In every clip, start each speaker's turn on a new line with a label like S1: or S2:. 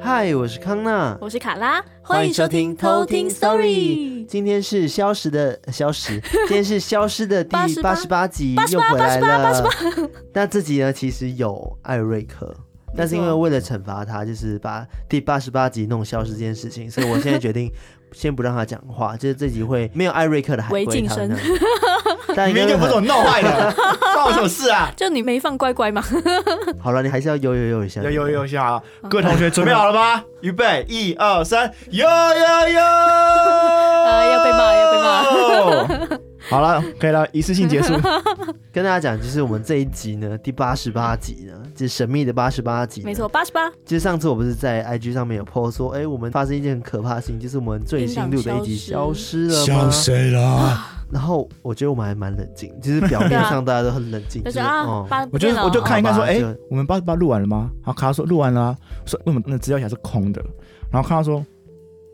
S1: 嗨，我是康娜，
S2: 我是卡拉，
S1: 欢迎收听偷听 Story。今天是消失的消失，今天是消失的第八十八集，又回来了。那这集呢，其实有艾瑞克，但是因为为了惩罚他，就是把第八十八集弄消失这件事情，所以我现在决定 先不让他讲话，就是这集会没有艾瑞克的海龟汤
S2: 微晋升。 哎
S1: 但
S3: 你明明就不是我弄 坏的，关我什么事啊？
S2: 就你没放乖 乖吗？
S1: 好了，你还是要悠悠悠一下，
S3: 有有有下，各位同学准备好了
S2: 嗯
S3: 吗？预备，一二三，有有有！呃
S2: 啊要被骂要被
S3: 骂。 好了，可以了，一次性结束。
S1: 跟大家讲，就是我们这一集呢，第八十八集呢，这神秘的八十八集，
S2: 没错，。八十八。
S1: 其实上次我不是在 IG 上面有 po 说，哎、我们发生一件很可怕的事情，就是我们最新录的一集消
S2: 消
S1: 失了吗？
S3: 了？
S1: 然后我觉得我们还蛮冷静，就是表面上大家都很冷静，
S2: 就是是啊
S1: 哦，，
S2: 八啊
S3: 我就
S2: 变了
S3: 我就看一看说，
S1: 好吧
S3: 哎
S1: 就，
S3: 我们八十八录完了吗？然后卡拉说录完了啊，说为什么那资料夹是空的？然后卡拉说，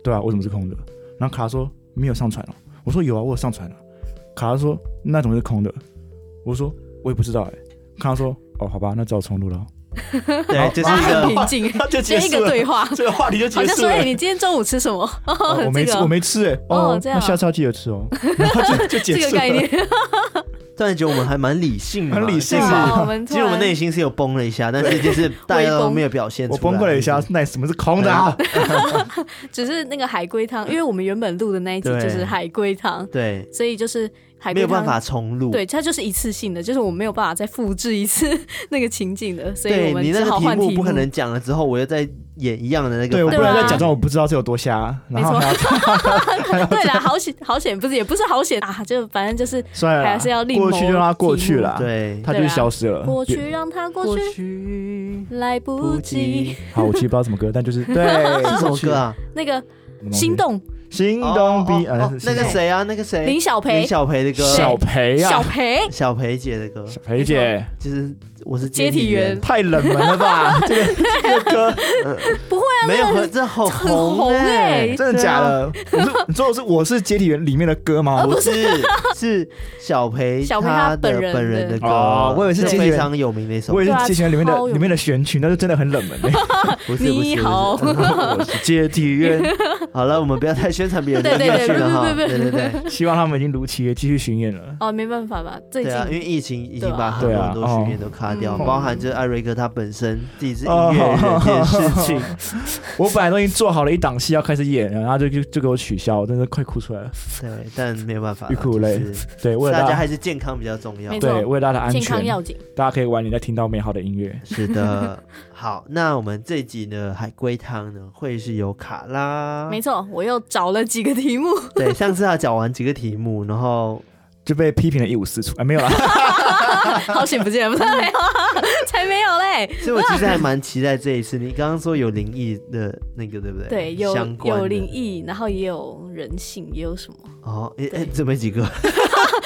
S3: 对啊，为什么是空的？然后卡拉说没有上传哦。我说有啊，我有上传了。卡拉说那怎么是空的？我说我也不知道哎。卡拉说哦，好吧，那只好重 录了。
S1: 对，就是一
S2: 很
S1: 个
S2: 平 静，
S3: 就
S2: 这一个对话，
S3: 这个话题就
S2: 好像说，哎，你今天中午吃什么？
S3: 哦我没
S2: 这
S3: 吃，
S2: 个
S3: 我没吃哎、
S2: 哦
S3: 哦，
S2: 这样
S3: 那
S2: 啊
S3: 下次要记得 吃哦。然后就就结
S2: 这
S3: 束
S2: 个
S3: 了。
S2: 概 念，
S1: 突然觉得我们还蛮理性的嘛，
S3: 很理性
S1: 就是
S3: 啊
S2: 哇我们突
S1: 其实我们
S2: 然
S1: 内心是有崩了一下，但是就是大家都没有表现出
S3: 我
S1: 来。
S3: 崩溃了一 下，那什么是空的啊？
S2: 只是那个海龟汤，因为我们原本录的那一集
S1: 对
S2: 就是海龟汤，
S1: 对，
S2: 所以就是海
S1: 没
S2: 龟
S1: 有办法
S2: 汤。
S1: 重录。
S2: 对，它就是一次性的，就是我没有办法再复制一次 那个情景的，所以
S1: 对，
S2: 我们
S1: 你那
S2: 只
S1: 个
S2: 好
S1: 题
S2: 换
S1: 目不可能讲了之后，我又再演一样的那个反应。
S3: 对，我不
S2: 对啊
S3: 能再假装我不知道这有多瞎，啊然后
S2: 没
S3: 还 要
S2: 对啦，好险好险，不是也不是好险啊，就反正就是
S3: 算了啦，
S2: 还是要另谋
S3: 过去就让它过去了，，
S1: 对，啊
S3: 它就是消
S1: 呃
S3: 失了。
S2: 过
S3: 别
S2: 去让它过去，
S1: 去
S2: 来不及。
S3: 好，我其实不知道什么歌，但 就是对
S1: 是什么歌？啊？
S2: 那个
S3: 什么东西
S2: 心动，
S3: 心
S1: 哦
S3: 动比
S1: 哦
S3: 呃
S1: 哦那个谁啊，那个谁，
S2: 林小培
S1: 林，小培的歌，
S3: 小培
S2: 小
S3: 啊，
S2: 培，
S1: 小培姐的歌，
S3: 小培姐
S1: 就是我是
S2: 接体员
S1: 员，
S3: 太冷门了 吧？这个这个 歌
S2: 不会啊，
S1: 没有很这好
S2: 很红
S1: 哎
S2: 哎，
S3: 真的假的？我是你说的是我是接体员里面的歌吗？
S1: 不是，是小培
S2: 呃小培
S1: 他
S2: 他
S1: 的
S2: 本人
S1: 本人的
S2: 的
S1: 歌，
S3: 哦我以为是
S1: 这
S3: 接体
S1: 非
S3: 员
S1: 常有名的一首
S3: 我
S1: 歌，
S3: 也
S2: 对
S3: 是
S2: 啊
S3: 接体员里面
S2: 超
S3: 的
S2: 有
S3: 里面的选曲，但是真的很冷门欸。
S1: 不是不是
S2: 你
S1: 不是。
S2: 好
S3: 我是接体员，
S1: 好了，我们不要再宣传别人的
S2: 对对
S1: 乐
S2: 对
S1: 曲了哈，
S2: 不不不
S1: 对对对。
S3: 希望他们已经如期地继续巡演了。
S2: 哦，没办法吧，最
S1: 对
S2: 近
S1: 啊，因为疫情已经把很
S3: 对
S1: 多
S3: 啊
S1: 很多巡演都卡掉，
S2: 哦嗯
S1: 包含就是艾瑞克他本身自己是音
S3: 哦
S1: 乐人这 件事情，
S3: 我本来都已经做好了一档戏要开始演了，然后就就就给我取消，我真的快哭出来了。
S1: 对，但没有办法啦，
S3: 欲哭无泪
S1: 啊就是
S3: 对，为了
S1: 大
S3: 大
S1: 家
S3: 家，
S1: 还是啊健康比较重要
S2: 没。错
S3: 对，为了大家的安
S2: 健康
S3: 全，
S2: 要紧，
S3: 大家可以晚点再听到美好的音乐。
S1: 是的，好，那我们这集呢海龟汤呢会是由卡拉，
S2: 没错，我又找了几个题 目，
S1: 对，上次他讲完几个题目，然后
S3: 就被批评的一无是处，哎，没有啦，
S2: 好险 不见了，不是没有啊，才没有嘞。
S1: 所以我其实还蛮期待这一次。你刚刚说有灵异的那个，对不对？
S2: 对，有
S1: 相关的
S2: 有灵异，然后也有人性，也有什么？
S1: 哦，哎、
S2: 对
S1: 哎，这么几 个，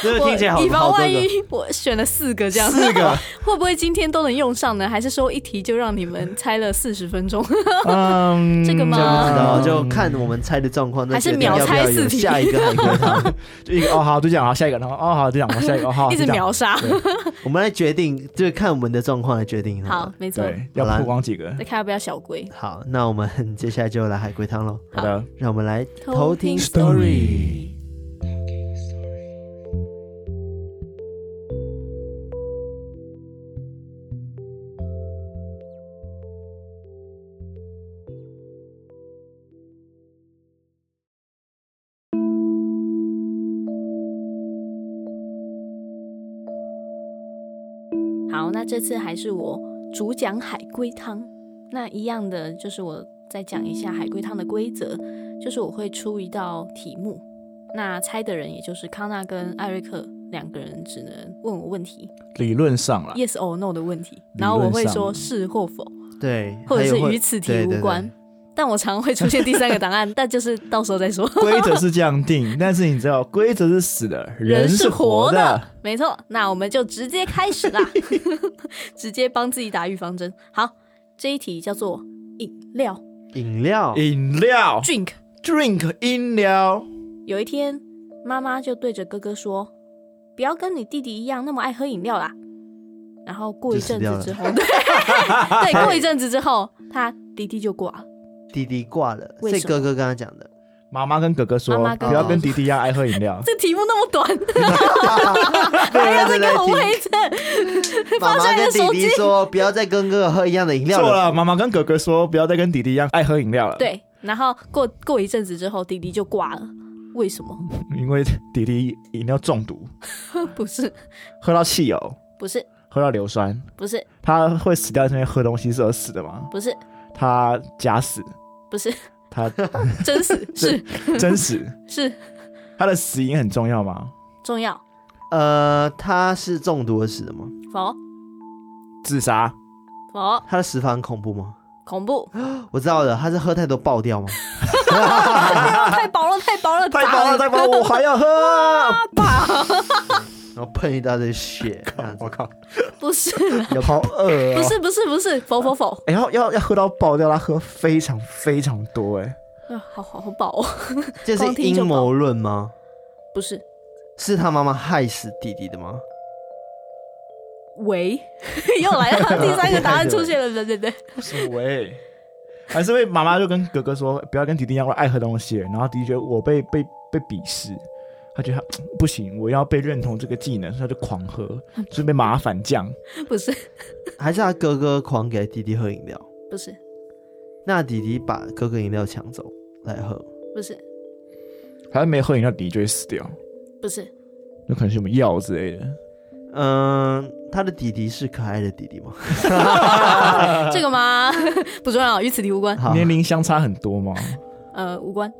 S1: 真的
S2: 我
S1: 听起来好啊
S2: 以防
S1: 好多
S2: 万
S1: 个。
S2: 一，我选了四个这样，
S3: 四个，
S2: 会不会今天都能用上呢？还是说一题就让你们猜了四十分
S1: 哦
S2: 钟？
S3: 嗯，
S2: 这个吗
S1: 不知道，
S2: 嗯
S1: 就看我们猜的状况，那
S2: 还
S1: 决
S2: 是
S1: 定
S2: 秒
S1: 要不
S2: 猜
S1: 要
S2: 四
S1: 有
S2: 题
S1: 下一个海 龟汤，
S3: 就一个哦好，就这样，好下一个，然后哦好，就这样，好下一个，哦 好，
S2: 一直
S3: 就这样，
S2: 秒杀。
S1: 我们来决定，就是看我们的状况来决定。
S2: 好，，没错，
S3: 对，
S1: 好啦
S3: 要曝光几个，
S2: 再看要不要小龟。
S1: 好，那我们 接下来就来海龟汤喽。
S3: 好的，
S1: 让我们来偷
S2: 偷
S1: 听
S2: 听
S1: story。
S2: 好，那这次还是我主讲海龟汤。那一样的，就是我再讲一下海龟汤的规则，就是我会出一道题目，那猜的人也就是康纳跟艾瑞克两个人只能问我问题
S3: 理论上
S1: 啊
S3: 啦，
S2: ，yes or no 的问题，
S3: 理论上
S2: 然后我会说是或否，
S1: 对，
S2: 或者
S1: 还
S2: 是
S1: 有会
S2: 与此题
S1: 对对
S2: 无
S1: 对
S2: 关。但我常会出现第三个答案， 但就是到时候再说。
S3: 规则是这样定，但是你知道规则是死的，
S2: 人
S3: 是
S2: 是活
S3: 的
S2: 的，，没错。那我们就直接开始 啦，直接帮自己打预防针。好，这一题叫做饮料
S1: 饮料，
S3: 饮料
S2: drink。
S3: drink 饮料，
S2: 有一天，妈妈就对着哥哥说：“不要跟你弟弟一样那么爱喝饮料啦。然后过一阵
S1: 就
S2: 子
S1: 死
S2: 之
S1: 掉
S2: 后，对 对，过一阵子之后，他弟弟就挂了。
S1: 弟弟挂了，
S2: 为
S1: 所以
S2: 什
S1: 哥哥刚刚讲 的，
S3: 妈妈跟哥哥说
S2: 妈妈，跟。
S3: 不要
S1: 哥哥
S3: 跟迪迪一样爱喝饮料
S2: 这题目那么 短，
S1: 没
S2: 还
S1: 有
S2: 要
S1: 人
S2: 再
S1: 在
S2: 给我
S1: 啊听
S2: 围着，
S1: 妈妈
S2: 放下
S1: 跟
S2: 你的
S1: 弟
S2: 手
S1: 弟
S2: 机
S1: 说，不要再跟哥哥喝一样的饮料
S3: 错
S1: 了。
S3: 了，妈妈跟哥哥说，不要再跟迪迪一样爱喝饮料了。，
S2: 对，然后过过一阵子之后，弟弟就挂了。为什么？
S3: 因为迪迪饮料中毒，
S2: 不是，
S3: 喝到汽油，
S2: 不是，
S3: 喝到硫酸，
S2: 不是，
S3: 他会死掉，是因为喝东西是而死的吗？
S2: 不是，
S3: 他假死，
S2: 不是，
S3: 他
S2: 真是是
S3: 真死，
S2: 是
S3: 他的死因很重要吗？
S2: 重要
S1: 呃，他是中毒而死的吗？
S2: 否
S3: 自杀，
S2: 否
S1: 他的死法很恐怖吗？
S2: 恐 怖？
S1: 我知道了，他是喝太多爆掉吗？
S2: 太薄了，太薄了，
S3: 太棒
S2: 砸
S3: 了，太棒了，我还要喝啊！
S1: 然后喷一大堆血，这样子
S3: 我 靠，
S2: 不是，
S1: 有
S3: 好饿
S2: 不
S3: 哦！
S2: 是，不是，不是，否否否，
S3: 哎，要要要喝到爆掉，他喝非常非常多哎。
S2: 啊，好好好饱哦，
S1: 这
S2: 光
S1: 是
S2: 听就
S1: 阴谋论吗？
S2: 不是，
S1: 是他妈妈害死弟弟的吗？
S2: 喂，又来了，第三个答案出现 了，对对对，
S3: 什么喂？还是因为妈妈就跟哥哥说，不要跟弟弟一样爱喝东西，然后弟弟觉得我被被被鄙视，他觉得他不行，我要被认同这个技能，所以他就狂喝，就是被麻烦酱。
S2: 不是，
S1: 还是他哥哥狂给弟弟喝饮料？
S2: 不是，
S1: 那弟弟把哥哥饮料抢走来喝，
S2: 不是，
S3: 他没喝饮料，弟弟就会死掉，
S2: 不 是，
S3: 那可能是什么药之类的。
S1: 嗯、他的弟弟是可爱的弟弟吗？
S2: 这个吗？ 不重要，与此题无关，
S1: 好，
S3: 啊年龄相差很多吗？
S2: 呃，无关，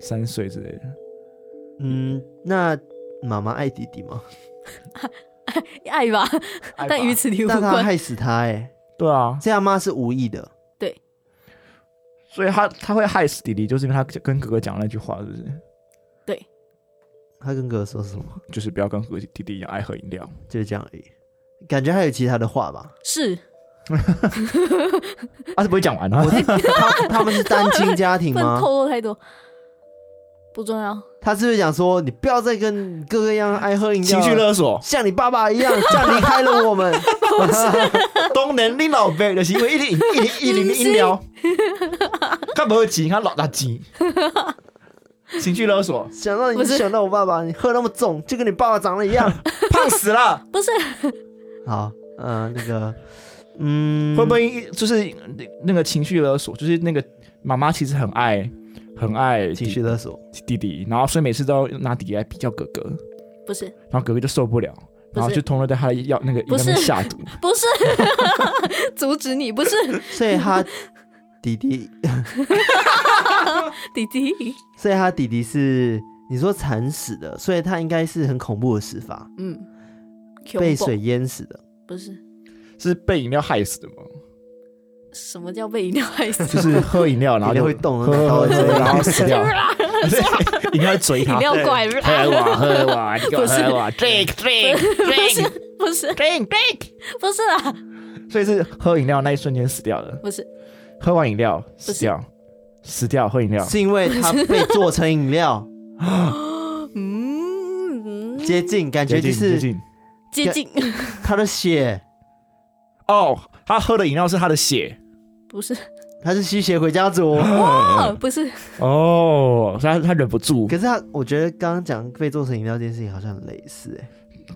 S3: 三岁之类的，
S1: 嗯，那妈妈爱弟弟吗？
S2: 爱吧， 但与此题无
S1: 那他
S2: 关，
S1: 害死他、欸，哎，
S3: 对啊，
S1: 这样妈是无意的。
S3: 所以他他会害死弟弟，就是因为他跟哥哥讲那句话，是不是？
S1: 他跟哥哥说什么？
S3: 就是不要跟哥弟弟一样爱喝饮料。
S1: 就这样而已。感觉还有其他的话 吧？
S2: 是
S3: 啊，是不会讲完啊
S1: 我？是他他们是单亲家庭
S2: 不 能
S1: 吗
S2: 透？露太多，不重要，
S1: 他是不是讲说你不要再跟哥哥一样爱喝饮料
S3: 情
S1: 了，
S3: 绪勒索，
S1: 像你爸爸一样，这样离开了我 们。
S3: 当然你老爸就是因为一零一零一零的饮料，他无钱，他老大钱，情绪勒索，
S1: 想到
S2: 不
S1: 你，
S2: 是
S1: 想到我爸爸，你喝那么重，就跟你爸爸长得一样。
S3: 胖死了，
S2: 不是，
S1: 好，嗯、那个，嗯，
S3: 会不会就是那个情绪勒索，就是那个妈妈其实很爱很爱
S1: 情绪勒索？
S3: 弟弟，然后所以每次都要拿弟弟来比较哥哥，
S2: 不是，
S3: 然后哥哥就受不了，然后就通通对他要那个
S2: 不是
S3: 那边下毒，
S2: 不是， 阻止你，不是，
S1: 所以他弟弟，
S2: 弟弟，
S1: 所以他弟弟是你说惨死的，所以他应该是很恐怖的死法，
S2: 嗯，
S1: 被水淹死的。
S2: 不是
S3: 是被饮料害死的吗？
S2: 什么叫被饮料害死，
S3: 就是喝饮料，然后就
S1: 饮料会动
S3: 喝喝喝，
S1: 然后
S3: 喝然后死掉， 对饮料会追他
S2: 饮，料怪，不
S3: 喝我喝我，你给我
S2: 不是
S3: 喝我，drink drink
S2: 是
S3: drink
S2: 不是
S3: drink drink，
S2: 不是啦，
S3: 所以是喝饮料那一瞬间死掉的，
S2: 不是
S3: 喝完饮料
S2: 是
S3: 死掉，死掉喝饮料，
S1: 是因为他被做成饮料，
S2: 嗯，
S1: 接近感觉就
S3: 接
S1: 是
S3: 近
S2: 接近，
S1: 他的血，
S3: 哦，他喝的饮料是他的血
S2: 不是，
S1: 他是吸血鬼家 族。
S2: 哦，不是，
S3: 哦，所以他他忍不住
S1: 可是他，我觉得刚刚讲被做成饮料这件事情好像很类似、 欸，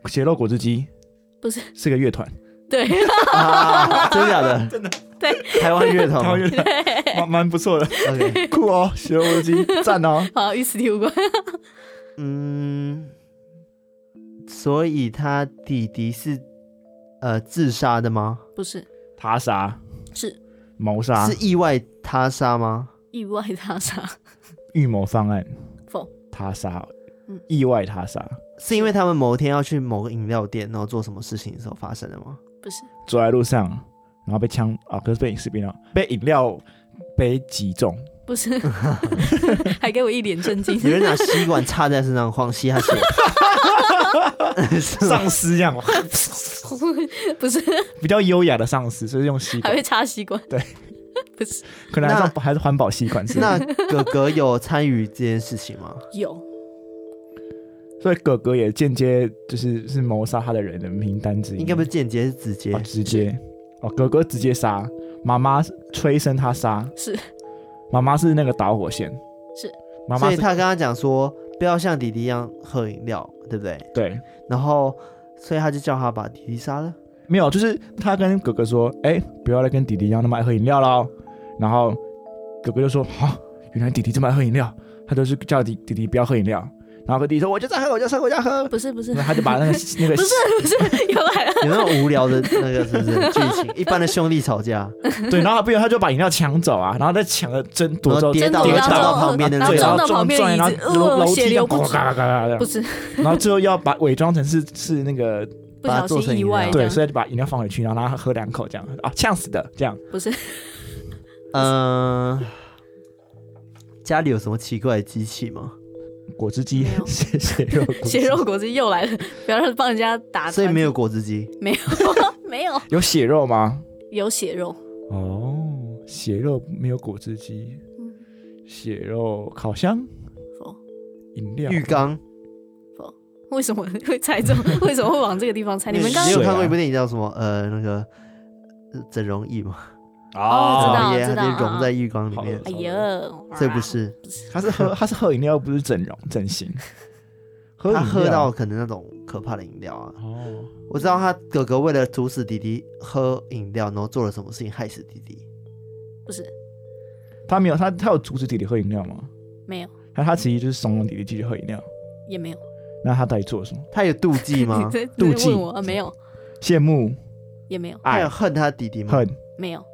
S3: 血肉果汁机
S2: 不是，
S3: 是个乐团，
S2: 对，
S1: 啊，真的假 的？真的。
S2: 对
S1: 台湾乐团
S3: 台
S1: 吗
S3: 湾乐团 蛮蛮不错的，
S1: ，OK，
S3: 酷哦，血肉果汁 机赞哦，
S2: 好，与此题无关，
S1: 嗯，所以他弟弟是呃自杀的吗？
S2: 不是，
S3: 他杀
S2: 是
S3: 谋杀
S1: 是意外他杀吗？
S2: 意外他杀，
S3: 预谋方案
S2: 否
S3: 他杀
S2: 嗯，
S3: 意外他杀。
S1: 是因为他们某天要去某个饮料店，然后做什么事情的时候发生的吗？
S2: 不是，
S3: 走在路上，然后被枪啊，可是被士兵啊，被饮料杯击 中，
S2: 不是，还给我一脸震惊，
S1: 有人拿吸管插在身上狂吸他 血，是吗
S3: 丧尸这样，
S2: 不是，
S3: 比较优雅的丧尸，所以用吸
S2: 还
S3: 管
S2: 会，插吸管，
S3: 对，
S2: 不是，
S3: 可能还是
S1: 那
S3: 还是环保吸管之类的。
S1: 那哥哥有参与这件事情吗？
S2: 有，
S3: 所以哥哥也间接就是是谋杀他的人的名单之一，
S1: 应该不是间接是直接
S3: 哦，直接哦，哥哥直接杀，妈妈催生他杀，
S2: 是
S3: 妈妈是那个导火线，
S2: 是
S3: 妈妈
S1: 所以
S3: 是
S1: 他跟他讲说，不要像弟弟一样喝饮料，对不对？
S3: 对，
S1: 然后，所以他就叫他把弟弟杀了。
S3: 没有，就是他跟哥哥说，哎、不要再跟弟弟一样那么爱喝饮料喽。然后哥哥就说，好、原来弟弟这么爱喝饮料，他就是叫弟弟弟不要喝饮料。然后跟弟弟说，我就在喝，我就在喝，我就在喝。
S2: 不是不是
S3: 然后他就把那个那个
S2: 不是不是有来了，
S1: 有那种无聊的那个是不是剧 情？一般的兄弟吵架，
S3: 对，然后他不然他就把饮料抢走啊，然后再抢了争
S1: 然
S3: 夺之
S1: 后
S3: 后，
S1: 跌倒
S2: 真
S1: 了
S2: 的
S1: 撞
S2: 然
S1: 到
S2: 后
S1: 旁边的那
S2: 然后
S3: 对，
S1: 个
S2: 撞
S3: 然
S1: 人，
S3: 后
S2: 到旁
S3: 撞
S2: 边
S3: 撞，然
S2: 椅
S3: 后
S2: 子
S3: 楼
S2: 呃
S3: 楼
S2: 血
S3: 梯
S2: 流
S3: 就
S2: 不
S3: 嘎
S2: 止
S3: 嘎嘎嘎嘎
S2: 不
S3: 嘎，
S2: 是
S3: 然后最后要把伪装成是是那个
S2: 不
S1: 把它
S2: 小
S1: 做成
S2: 心意
S1: 饮
S2: 外
S1: 料
S2: 这
S3: 对，
S2: 样
S3: 所以就把饮料放回去，然后让他喝两口这样啊，呛死的这样。
S2: 不是
S1: 嗯、家里有什么奇怪的机器吗？
S3: 果汁机
S2: 没有，
S3: 血血肉果汁
S2: 血肉果汁又来了，不要让帮人家打，
S1: 所以没有果汁机，
S2: 没有 没有
S3: 有血肉吗？
S2: 有血肉，
S3: 哦，血肉没有果汁机，
S2: 嗯，
S3: 血肉烤箱、
S2: 否
S3: 饮料、
S1: 浴缸。
S2: ，Oh，为什么会猜中？为什么会往这个地方猜？你们刚
S1: 你
S2: 刚
S1: 有
S3: 水啊
S1: 看过一部电影叫什么？呃，那个呃整容液 嘛，
S2: 哦 知
S1: 整
S2: 道
S1: 容液它
S2: 知道
S1: 直接融在浴缸里
S3: 好
S1: 面
S3: 恶，
S2: 哎呀，
S1: 这不是
S3: 他是喝他是喝饮料，不是整容 整形。喝
S1: 他
S3: 饮
S1: 喝
S3: 料
S1: 到可能那种可怕的饮料啊。
S3: 哦，
S1: 我知道他哥哥为了阻止弟弟喝饮料，然后做了什么事情害死弟弟。
S2: 不是
S3: 他没有他他有阻止弟弟喝饮料吗？
S2: 没有
S3: 那他其实就是怂恿弟弟继续喝饮料。
S2: 也没有，
S3: 那他到底做了什么？
S1: 他有妒忌吗
S2: 你？在
S3: 妒
S2: 在
S3: 忌
S2: 问我啊？没有
S3: 羡慕、
S2: 也没有
S1: 他有
S3: 爱、
S1: 恨他弟弟吗？
S3: 恨，
S2: 没有，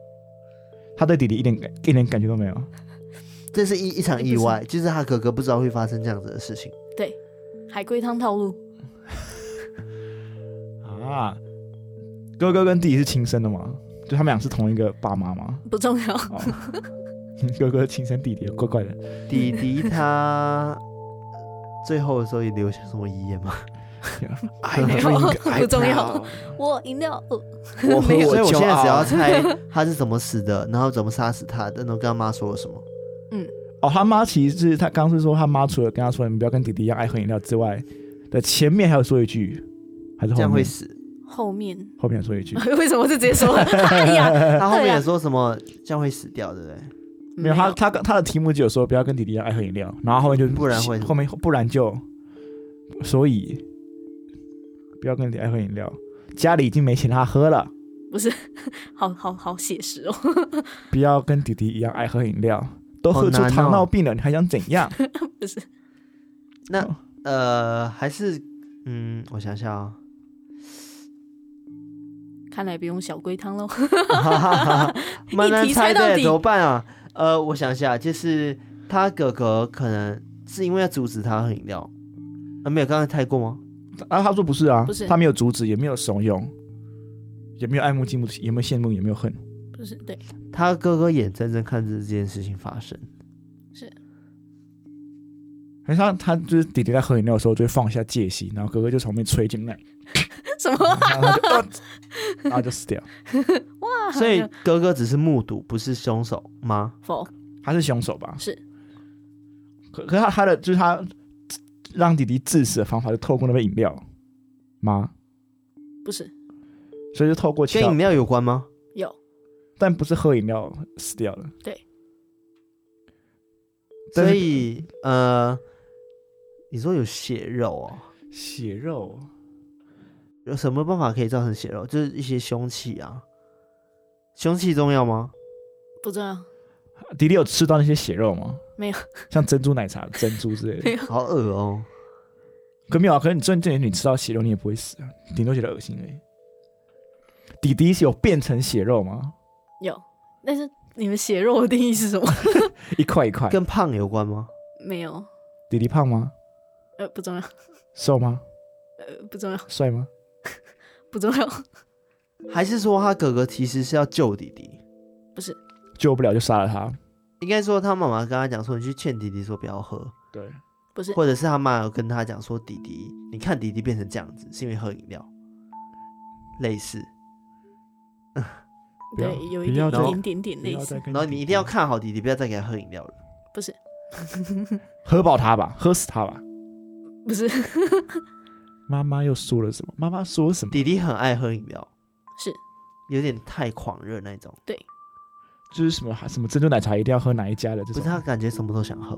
S3: 他对弟弟一点感一点感觉都没有。
S1: 这是一一场意外，就是他哥哥不知道会发生这样子的事情。
S2: 海龟汤套路
S3: 啊，哥哥跟弟弟是亲生的吗？就他们俩是同一个爸妈吗？
S2: 不重要，
S3: 哦，哥哥亲生弟弟，怪怪的。
S1: 弟弟他 最后的时候也留下什么遗言吗？
S3: 哎
S2: 没有 不重要
S3: 要。
S2: 我饮料呃
S1: 我
S3: 没有啊
S1: 所以我
S3: 骄
S1: 现在只要
S3: 傲
S1: 猜他是怎么死的，然后怎么杀死他的，然后跟他妈说了什么。
S3: 哦，他妈其实是他刚是说他妈除了跟他说你不要跟弟弟一样爱喝饮料之外的前面还有说一句，还是
S1: 这
S3: 后
S1: 样会
S3: 面
S1: 死。嗯
S2: 后面
S3: 后面有说一句，
S2: 为什么是直接说了？ 哎呀，
S1: 他后面
S2: 对啊
S1: 也说什么这样会死掉，对不对？
S3: 没有他他他的题目就有说不要跟弟弟一样爱喝饮料，然后后面就
S1: 不然会
S3: 后面不然就所以不要跟弟弟爱喝饮料，家里已经没钱让他喝了，
S2: 好好好写实哦，
S3: 不要跟弟弟一样爱喝饮料，都喝出
S1: 好难哦
S3: 糖尿病了，你还想怎样？
S2: 不是
S1: 那呃，还是嗯，我想想 啊、
S2: 看来不用小龟汤喽。
S1: 蛮难
S2: 一题猜到
S1: 的，
S2: 底
S1: 怎么办啊？呃，我想一下，就是他哥哥可能是因为要阻止他喝饮料，啊，没有，刚才猜过吗？
S3: 啊，他说不是啊，
S2: 不是
S3: 他没有阻止，也没有怂恿，也没有爱慕、嫉慕、也没有羡慕，也没有恨。
S2: 不是对，
S1: 他哥哥眼睁睁看着这件事情发生，
S3: 可是他他就是弟弟在喝饮料的时候就会放下戒心，然后哥哥就从后面吹进来，
S2: 什么？
S3: 然后他就、呃 然后就死掉。
S1: 所 以哥哥只是目睹，不是凶手吗？
S2: 否
S3: 他是凶手吧？
S2: 是。
S3: 可可是他他的就是他让弟弟致死的方法，就透过那杯饮料吗？
S2: 不是
S3: 所以就透过其
S1: 跟
S3: 他
S1: 饮料有关吗？
S2: 有
S3: 但不是喝饮料死掉了。
S2: 对。
S3: 但
S1: 所
S3: 是
S1: 以呃，你说有血肉哦，
S3: 血肉
S1: 有什么办法可以造成血肉？就是一些凶器啊，凶器重要吗？
S2: 不重要，
S3: 弟弟有吃到那些血肉吗？
S2: 没有，
S3: 像珍珠奶茶、珍珠之类的
S2: 没。有
S1: 好恶哦、
S3: 可没有啊，可是你真正你吃到血肉，你也不会死啊，顶多觉得恶心而已。弟弟是有变成血肉吗？
S2: 有，但是你们血肉的定义是什么？
S3: 一块一块。
S1: 跟胖有关吗？
S2: 没有，
S3: 弟弟胖吗？
S2: 呃，不重要，
S3: 瘦吗？
S2: 呃，不重要，
S3: 帅吗？
S2: 不重要，
S1: 还是说他哥哥其实是要救弟弟？
S3: 救不了就杀了他。
S1: 应该说他妈妈跟他讲说，你去劝弟弟说不要喝，
S3: 对，
S2: 不是
S1: 或者是他妈有跟他讲说，弟弟，你看弟弟变成这样子，是因为喝饮料，类似。
S3: 不要
S2: 对，有
S3: 不
S2: 一
S3: 要
S2: 点
S1: 再
S2: 一点点类似，
S3: 然
S1: 然后你一定要看好弟弟，不要再给他喝饮料了。
S2: 不是
S3: 喝爆他吧，喝死他吧。
S2: 不是
S3: 妈妈又说了什么？妈妈说什么？
S1: 弟弟很爱喝饮料，
S2: 是
S1: 有点太狂热那种，
S3: 就是什么什么珍珠奶茶一定要喝哪一家的这
S1: 不是
S3: 种，啊
S1: 他感觉什么都想喝，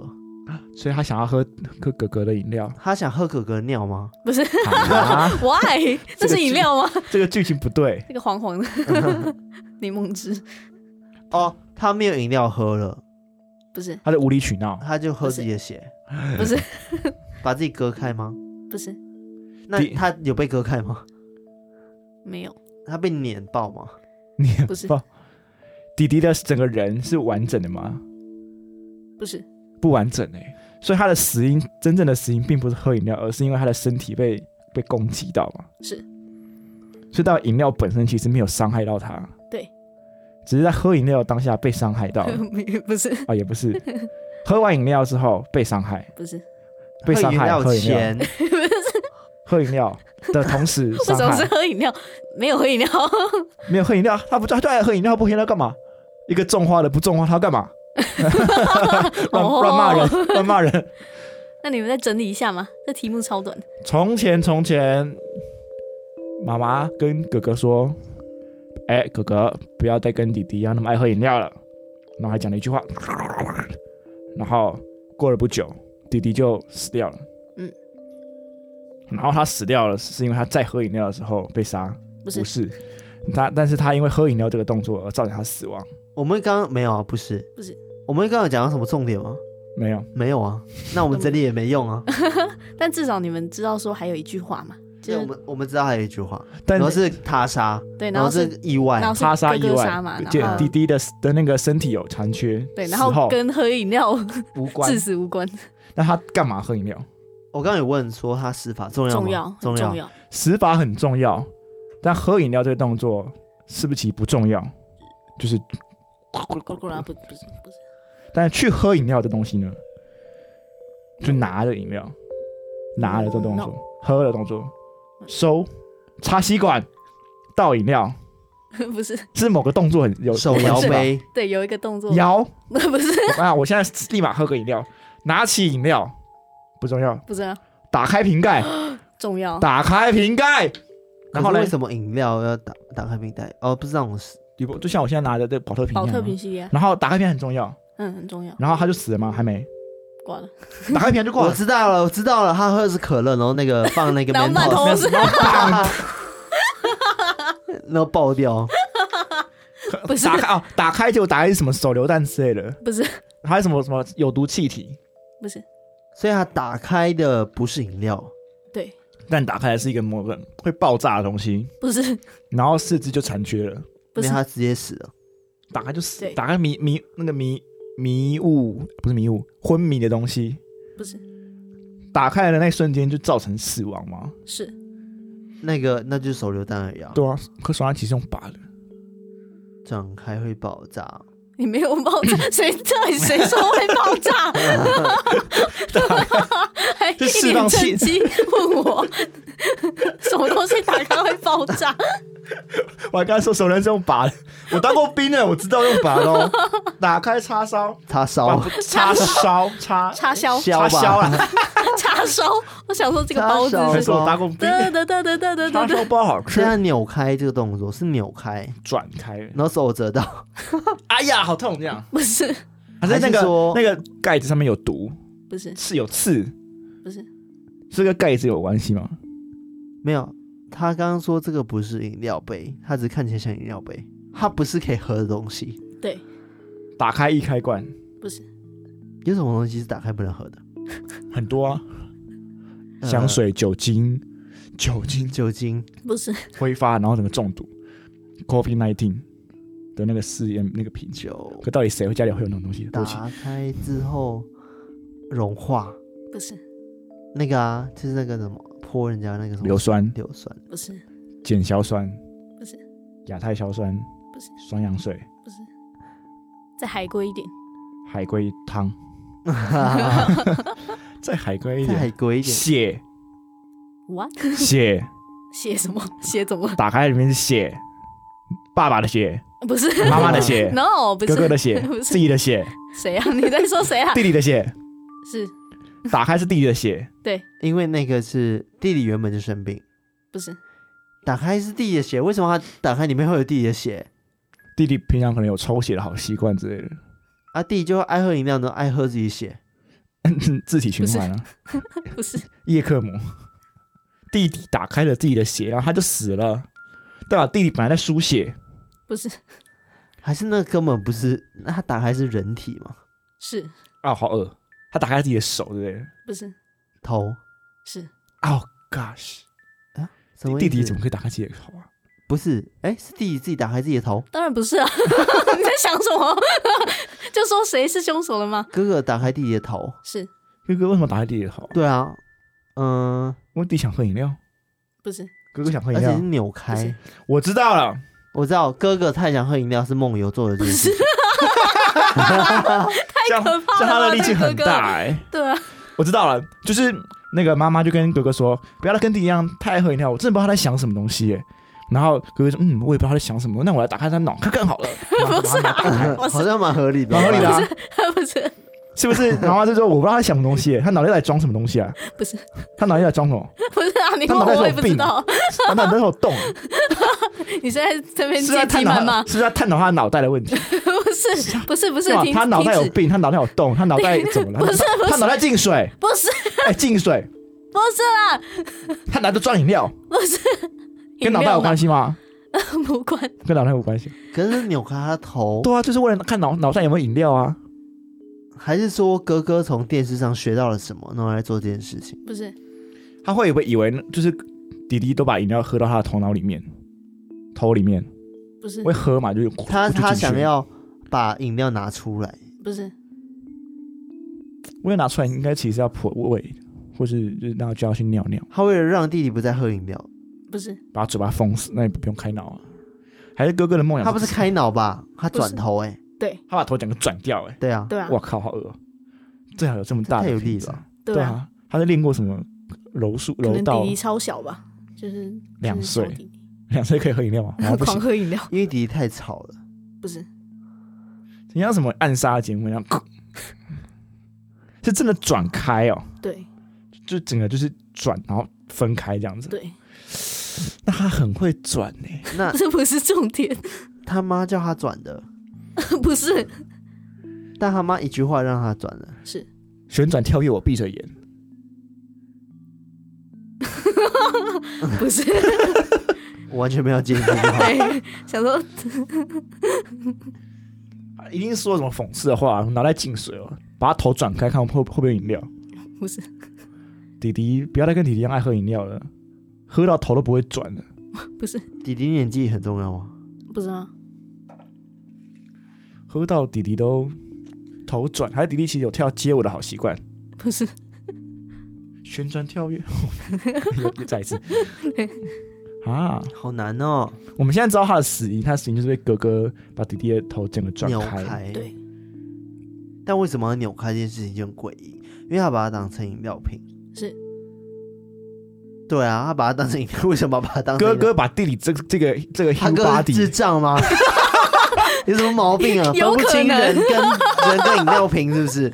S3: 所以他想要喝喝哥哥的饮料。
S1: 他想喝哥哥的尿吗？
S2: 不是
S3: 啊，
S2: ？Why？这是饮料吗？
S3: 这个剧情不对，
S2: 那个黄黄的 柠檬汁，
S1: 哦，他没有饮料喝了，
S2: 不是
S3: 他在无理取闹。
S1: 他就喝自己的血，
S2: 不是
S1: 把自己割开吗？
S2: 不是
S1: 那
S3: 弟
S1: 他有被割开吗？
S2: 没有，
S1: 他被碾爆吗？
S3: 你也
S2: 不是
S3: 道弟弟的整个人是完整的吗？
S2: 不是
S3: 不完整哎、所以他的死因，真正的死因并不是喝饮料，而是因为他的身体被被攻击到嘛。
S2: 是，
S3: 所以到饮料本身其实没有伤害到他，
S2: 对，
S3: 只是在喝饮料当下被伤害到了
S2: 没有 不是
S3: 啊、也不是，喝完饮料之后被伤 害，
S2: 不是，
S3: 被伤害，
S1: 喝
S3: 喝
S1: 饮
S3: 饮料，
S1: 前，
S3: 喝饮料的同 时
S2: 为
S3: 伤
S2: 什么是
S3: 害，
S2: 喝饮料？没有喝饮料，
S3: 没有喝饮料，他不他就爱喝饮料，不喝饮料干嘛？一个种花的不种花，他要干嘛？乱
S2: 哦
S3: 乱骂人， 乱骂人。
S2: 那你们再整理一下嘛，这题目超短。
S3: 从前，从前，妈妈跟哥哥说：“哎、哥哥，不要再跟弟弟一样那么爱喝饮料了。”然后还讲了一句话，然后过了不久，弟弟就死掉了。
S2: 嗯，
S3: 然后他死掉了，是因为他在喝饮料的时候被杀，
S2: 不是
S3: 不是他，但是他因为喝饮料这个动作而造成他死亡。
S1: 我们刚刚没有啊，不是
S2: 不是，
S1: 我们刚刚有讲到什么重点吗？
S3: 没有，
S1: 没有啊，那我们整理也没用啊。
S2: 但至少你们知道说还有一句话嘛，
S1: 就
S2: 就
S1: 我
S2: 是
S1: 们我们知道还有一句话，
S3: 但
S1: 然后是他杀，
S2: 对，
S1: 然
S2: 然后
S1: 是
S2: 是
S1: 意外
S2: 然，后
S3: 他
S2: 是
S3: 杀
S2: 哥
S3: 意
S2: 哥
S3: 外
S2: 杀嘛，，
S3: 就
S2: 然后
S3: 弟弟的的那个身体有残缺，
S2: 对，然
S3: 死
S2: 后跟喝饮料
S3: 无关
S2: 至。死无关，
S3: 那他干嘛喝饮料？
S1: 我刚刚有问说他死法重要
S2: 重要
S1: 吗？
S2: 很重
S1: 重要。
S2: 要，
S3: 死法很重要，但喝饮料这个动作是不是其实不重要？就是，
S2: 咕咕啦不不是不是
S3: 但去喝饮料的东西呢，就拿着饮料，拿着这动作
S2: No，
S3: 喝的动作，收，插吸管，倒饮料，
S2: 不是，
S3: 是某个动作很有
S1: 手摇，杯，
S2: 对，有一个动作
S3: 有关系 吧，摇
S2: 不是
S3: 啊！我现在立马喝个饮料，拿起饮料，不重要，
S2: 不是啊
S3: 打开瓶 盖，
S2: 重要，
S3: 打开瓶盖，然后
S1: 可是
S3: 呢
S1: 为，什么饮料要打打开瓶盖？哦，不是那种事
S3: 你不就像我现在拿着这保特瓶一样
S2: 保
S3: 啊，
S2: 特瓶系列啊，
S3: 然后打开瓶很重要，
S2: 嗯，很重要，
S3: 然后他就死了吗？还没。
S2: 挂了，
S3: 打开瓶就挂
S1: 我
S3: 了。
S1: 知道了，我知道了，他喝的是可乐，然后那 个放那个
S2: 然后馒
S1: mentos，
S2: 头是
S1: 然后爆掉。
S2: 不是
S3: 打开哦，打开就打开是什么手榴弹之类的，
S2: 不是
S3: 还有什么什么有毒气体，
S2: 不是
S1: 所以他打开的不是饮料，
S2: 对
S3: 但打开的是一个某个会爆炸的东西，
S2: 不是
S3: 然后四肢就残缺了，
S2: 不
S1: 因为
S2: 是
S1: 他直接死了。
S3: 打开就死，
S2: 对
S3: 打开迷迷那个迷迷雾不是迷雾，昏迷的东西，
S2: 不是
S3: 打开的那一瞬间就造成死亡吗？
S2: 是
S1: 那个那就是手榴弹而已啊，
S3: 对啊，可手上其实用拔的，
S1: 展开会爆炸。
S2: 你没有爆炸，谁到底谁说会爆炸？还一
S3: 这释
S2: 脸
S3: 放气
S2: 震惊问我，什么东西打开会爆炸？
S3: 我还刚才说手榴弹是用拔的，我当过兵的，我知道用拔的哦， 打开叉烧，
S1: 他
S3: 啊
S1: 烧
S3: 不叉烧叉
S2: 叉烧
S1: 烧
S3: 烧
S1: 吧，
S3: 了，
S2: 叉烧，我想说这个包子
S1: 叉烧
S3: 还
S2: 是
S3: 是我当过兵的
S2: 哒哒哒哒哒哒
S3: 叉
S2: 哒
S3: 烧包好吃
S1: 所以，他扭开这个动作是扭开，
S3: 转开，
S1: 然后手折到，
S3: 哎呀，好痛！这样，
S2: 不是
S3: 还是那个
S1: 还是说
S3: 那个盖子上面有毒，
S2: 不是
S3: 是有刺，
S2: 不是
S3: 这个盖子有关系吗？
S1: 没有。他刚刚说这个不是饮料杯，它只是看起来像饮料杯，它不是可以喝的东西。
S2: 对
S3: 打开易开罐
S2: 不是
S1: 有什么东西是打开不能喝的？
S3: 很多啊，
S1: 呃
S3: 香、水、酒精、酒精
S1: 酒精、
S2: 不是
S3: 挥发，然后整个中毒，COVID nineteen 的那个试验那个瓶子。
S1: 酒
S3: 可到底谁会家里会有那种东西？对不起，
S1: 打开之后融化，
S2: 不是
S1: 那个啊，就是那个什么泼人家那个什么
S3: 硫酸、
S1: 硫 酸，
S2: 不是
S3: 碱硝酸
S2: 不是
S3: 亚太硝酸
S2: 不是
S3: 双氧水、
S2: 不是，再海龟一点，
S3: 海龟汤，再海龟一
S1: 再海
S3: 点，
S1: 龟一点，
S3: 血
S2: what
S3: 血，
S2: 写什么写怎么
S3: 打开里面是血，爸爸 的血，
S2: 不是
S3: 妈妈的血
S2: no 不
S3: 哥
S2: 是
S3: 哥的血
S2: 不，是
S3: 自己的血，
S2: 谁啊？你在说谁啊？
S3: 弟弟的血，
S2: 是
S3: 打开是弟弟的血，
S2: 对，
S1: 因为那个是弟弟原本就生病，
S2: 不是，
S1: 打开是弟弟的血，为什么他打开里面会有弟弟的血？
S3: 弟弟平常可能有抽血的好习惯之类的，
S1: 啊，弟弟就爱喝饮料，都爱喝自己血。
S3: 自体循环啊，
S2: 不是，
S3: 叶克膜。弟弟打开了自己的血，然后他就死了。对吧？弟弟本来在输血，
S2: 不是，
S1: 还是那根本不是，那他打开是人体嘛？
S2: 是，
S3: 啊，好饿。他打开自己的手，对不对？
S2: 不是，
S1: 头
S2: 是，
S3: 啊、哦 gosh，
S1: 什么意思？
S3: 弟弟怎么可以打开自己的头啊？
S1: 不是？哎、是弟弟自己打开自己的头，
S2: 当然不 是啊！你在想什么？就说谁是凶手了吗？
S1: 哥哥打开弟弟的头。
S2: 是
S3: 哥哥为什么打开弟弟的头啊？
S1: 对啊，嗯、
S3: 因为弟弟想喝饮料，
S2: 不是？
S3: 哥哥想喝饮
S1: 而且
S3: 料
S1: 是。扭
S2: 不
S1: 开
S2: 是。
S3: 我知道了，
S1: 我知道哥哥太想喝饮料是梦游做的这件事情，
S2: 可怕了
S3: 这样
S2: 吧
S3: 这样他的力气
S2: 这个
S3: 很
S2: 哥哥
S3: 大哎、
S2: 对啊，
S3: 我知道了，就是那个妈妈就跟哥哥说，不要跟弟弟一样太爱喝饮料，我真的不知道他在想什么东西耶、然后哥哥说，嗯，我也不知道他在想什么，那我来打开他脑看 看好了。然后把他打开
S2: 我是
S1: 好像蛮合理的，
S3: 蛮合理的啊，
S2: 不是，
S3: 是不是？然后就说我不知道他在想什么东西耶、他脑袋在装什么东西啊？
S2: 不是，
S3: 他脑袋在装什么？
S2: 不是啊！你
S3: 他
S2: 问
S3: 脑袋
S2: 我，我也
S3: 是有
S2: 不知
S3: 病啊
S2: 道。
S3: 他脑袋在 有洞，
S2: 你现在这边
S3: 是在
S2: 借
S3: 探
S2: 机
S3: 讨
S2: 满骂
S3: 他，，是在探讨他脑袋的问题。
S2: 不是，不是，不是
S3: 对，吧
S2: 停，
S3: 啊他脑袋有
S2: 停止，
S3: 病，他脑袋有洞，他脑 袋怎么了？
S2: 不是
S3: 他
S2: 不是
S3: 他脑袋进水，
S2: 不是，
S3: 哎，进水，
S2: 不是啦，
S3: 他拿着装饮料，
S2: 不是，
S3: 跟脑袋有关
S2: 系？
S3: 系吗？
S2: 无关，
S3: 跟脑袋有关系。
S1: 可是扭开他的头，
S3: 对啊，就是为了看脑脑袋有没有饮料啊。
S1: 还是说哥哥从电视上学到了什么，然后来做这件事情？
S2: 不是，
S3: 他会不会以为就是弟弟都把饮料喝到他的头脑里面、头里面
S2: 不是
S3: 会，喝嘛？就是
S1: 他
S3: 就进去
S1: 他想要把饮料拿出来，
S2: 不是，
S3: 我要拿出来，应该其实要破胃，或是就是让他就要去尿尿，
S1: 他为了让弟弟不再喝饮料，
S2: 不是，
S3: 把嘴巴封死，那也不用开脑啊。啊还是哥哥的梦想，
S1: 他不是开脑吧？他
S2: 不是
S1: 转头哎、欸
S2: 对，
S3: 他把头整个转掉、欸，
S1: 对啊，
S2: 对啊，
S3: 我靠，好恶、哦！最好有这么大的
S1: 太有力
S3: 瓶子
S1: 了，
S2: 对
S3: 对
S2: 啊，
S3: 啊，他是练过什么柔术、
S2: 可
S3: 柔
S2: 能
S3: 道
S2: 弟？弟超小吧，就是
S3: 两
S2: 就是小
S3: 岁
S2: 弟弟
S3: 两岁可以喝饮料吗？啊，不
S2: 狂
S3: 行，
S2: 喝饮料，
S1: 因为弟弟太吵了。
S2: 不是，
S3: 你像什么暗杀节目一样，然后是真的转开哦，
S2: 对
S3: 就整个就是转，然后分开这样子。
S2: 对，
S3: 那他很会转欸呢、
S1: 那
S2: 这不是重点，
S1: 他妈叫他转的，
S2: 不是，
S1: 但他妈一句话让他转了。
S2: 是
S3: 旋转跳跃，我闭着眼。
S2: 不是？
S1: 我完全没有接这句 话。
S2: 对，想说
S3: 啊一定说什么讽刺的话，脑袋进水了，把他头转开，看会不会不会有饮料。
S2: 不是，
S3: 弟弟，不要再跟弟弟一样爱喝饮料了，喝到头都不会转了。
S2: 不是，
S1: 弟弟年纪很重要啊吗？
S2: 不是吗？
S3: 喝到弟弟都头转，还有弟弟其实有跳街舞的好习惯，
S2: 不是，
S3: 旋转跳跃， 又又再一次啊！
S1: 好难哦，
S3: 我们现在知道他的死因，他的死因就是被哥哥把弟弟的头整个转
S1: 扭
S3: 开。
S1: 开。
S2: 对，
S1: 但为什么要扭开这件事情就很诡异？因为他把它当成饮料瓶。
S2: 是。
S1: 对啊，他把它当成饮料，为什么要把它当成
S3: 哥
S1: 饮料？
S3: 哥把弟弟这个这个这个 h
S1: 他
S3: u
S1: 哥是
S3: b d
S1: 智障 吗？ 有什么毛病啊？
S2: 有
S1: 分不
S2: 可
S1: 清
S2: 能
S1: 人跟人跟饮料瓶是不是？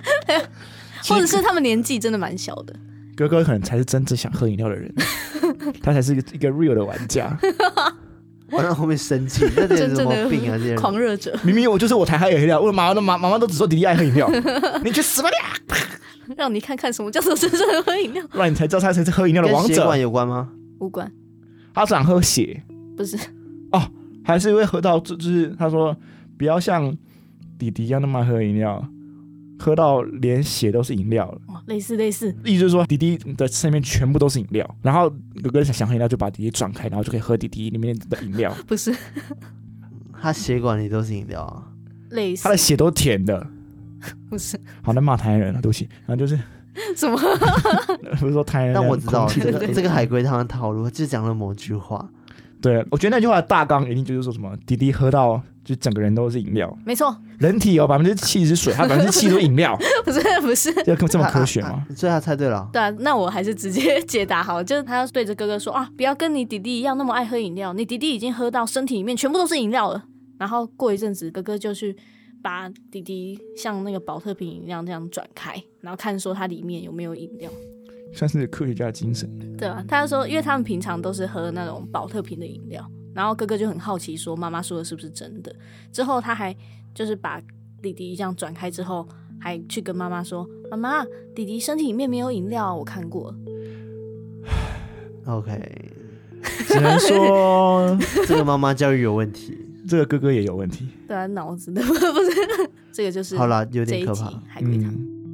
S2: 或者是他们年纪真的蛮小的，
S3: 哥哥可能才是真正想喝饮料的人， 他才是一个一个 real 的玩家。
S1: 我到后面生气，这点有
S2: 真
S1: 什
S2: 正
S1: 么
S2: 的
S1: 毛病啊？这些人
S2: 狂热者，
S3: 明明我就是我才喝饮料，我妈妈都妈妈妈都只说弟弟爱喝饮料， 你去死吧你！
S2: 让你看看什么叫做真正的喝饮料，
S3: 让你才知道他才是喝饮料的
S1: 跟
S3: 王
S1: 血管
S3: 者。
S1: 有关吗？
S2: 无关，
S3: 他想喝血，
S2: 不是，
S3: 还是会喝到就就是他说不要像弟弟一样那么爱喝饮料，喝到连血都是饮料了。
S2: 哦，类似类似，
S3: 意思就是说弟弟的身边全部都是饮料，然后哥哥想想喝饮料就把弟弟转开，然后就可以喝弟弟里面的饮料，
S2: 不是
S1: 他血管里都是饮料啊。
S2: 类似
S3: 他，的血都是甜的。
S2: 不是
S3: 好，那骂台湾人了，对不起。然后就是
S2: 什么
S3: 不是说台湾人，
S1: 但我知道
S3: 空气
S1: 这
S3: 的
S1: 个这个海龟汤的套路，就讲了某句话。
S3: 对，我觉得那句话的大纲一定就是说什么，弟弟喝到就整个人都是饮料，
S2: 没错，
S3: 人体有百分之七十水，他 百分之七都是饮料，
S2: 不是不是，
S3: 这这么科学
S1: 啊
S3: 吗？？
S1: 啊所以他猜对了啊。
S2: 对啊，那我还是直接解答好，就是他对着哥哥说啊，不要跟你弟弟一样那么爱喝饮料，你弟弟已经喝到身体里面全部都是饮料了。然后过一阵子，哥哥就去把滴滴像那个保特瓶饮料这样转开，然后看说它里面有没有饮料。
S3: 算是科学家的精神。
S2: 对啊，他就说，因为他们平常都是喝那种保特瓶的饮料，然后哥哥就很好奇说，妈妈说的是不是真的？之后他还就是把弟弟这样转开之后，还去跟妈妈说，妈妈，弟弟身体里面没有饮料，我看过了。
S1: OK，
S3: 只能说
S1: 这个妈妈教育有问题。
S3: 这个哥哥也有问题。
S2: 对啊，脑子的 不是，这个就是
S1: 好啦，有
S2: 这
S1: 点
S2: 一
S1: 可
S2: 集
S1: 怕。
S2: 海龟汤。
S3: 嗯，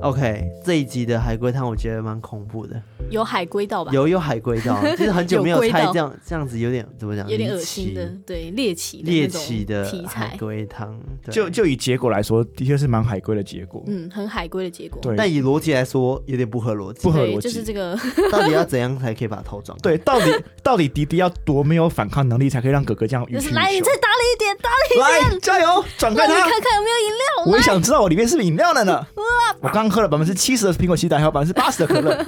S1: OK，这一集的海龟汤我觉得蛮恐怖的，
S2: 有海龟到吧？
S1: 有有海龟 到，其实很久没有
S2: 有龟
S1: 猜
S2: 到
S1: 这样这样子，有点怎么讲？
S2: 有点
S1: 离
S2: 恶心
S1: 奇
S2: 的，对猎奇的
S1: 猎
S2: 那种
S1: 奇的
S2: 题
S1: 海
S2: 材，
S1: 龟汤，对
S3: 就就以结果来说，的确是蛮海归的结果。
S2: 嗯，很海龟的结果。
S3: 对，
S1: 但以逻辑来说有点不合逻辑
S3: 不，合
S2: 对，
S3: 逻
S2: 就是这
S3: 辑。
S2: 个
S1: 到底要怎样才可以把头撞？，
S3: 对，到底 到底迪迪要多没有反抗能力，才可以让哥哥这样予
S2: 就
S3: 取
S2: 是
S3: 予
S2: 来，你
S3: 求
S2: 再？打理一点，打理
S3: 来，加油，转开
S2: 让你
S1: 啊
S3: 他！
S2: 看看有没有饮料。
S3: 我也想知道我里面是不是饮料了呢？我刚喝了百分之七十的苹果西打，还有百分之八 十的可乐，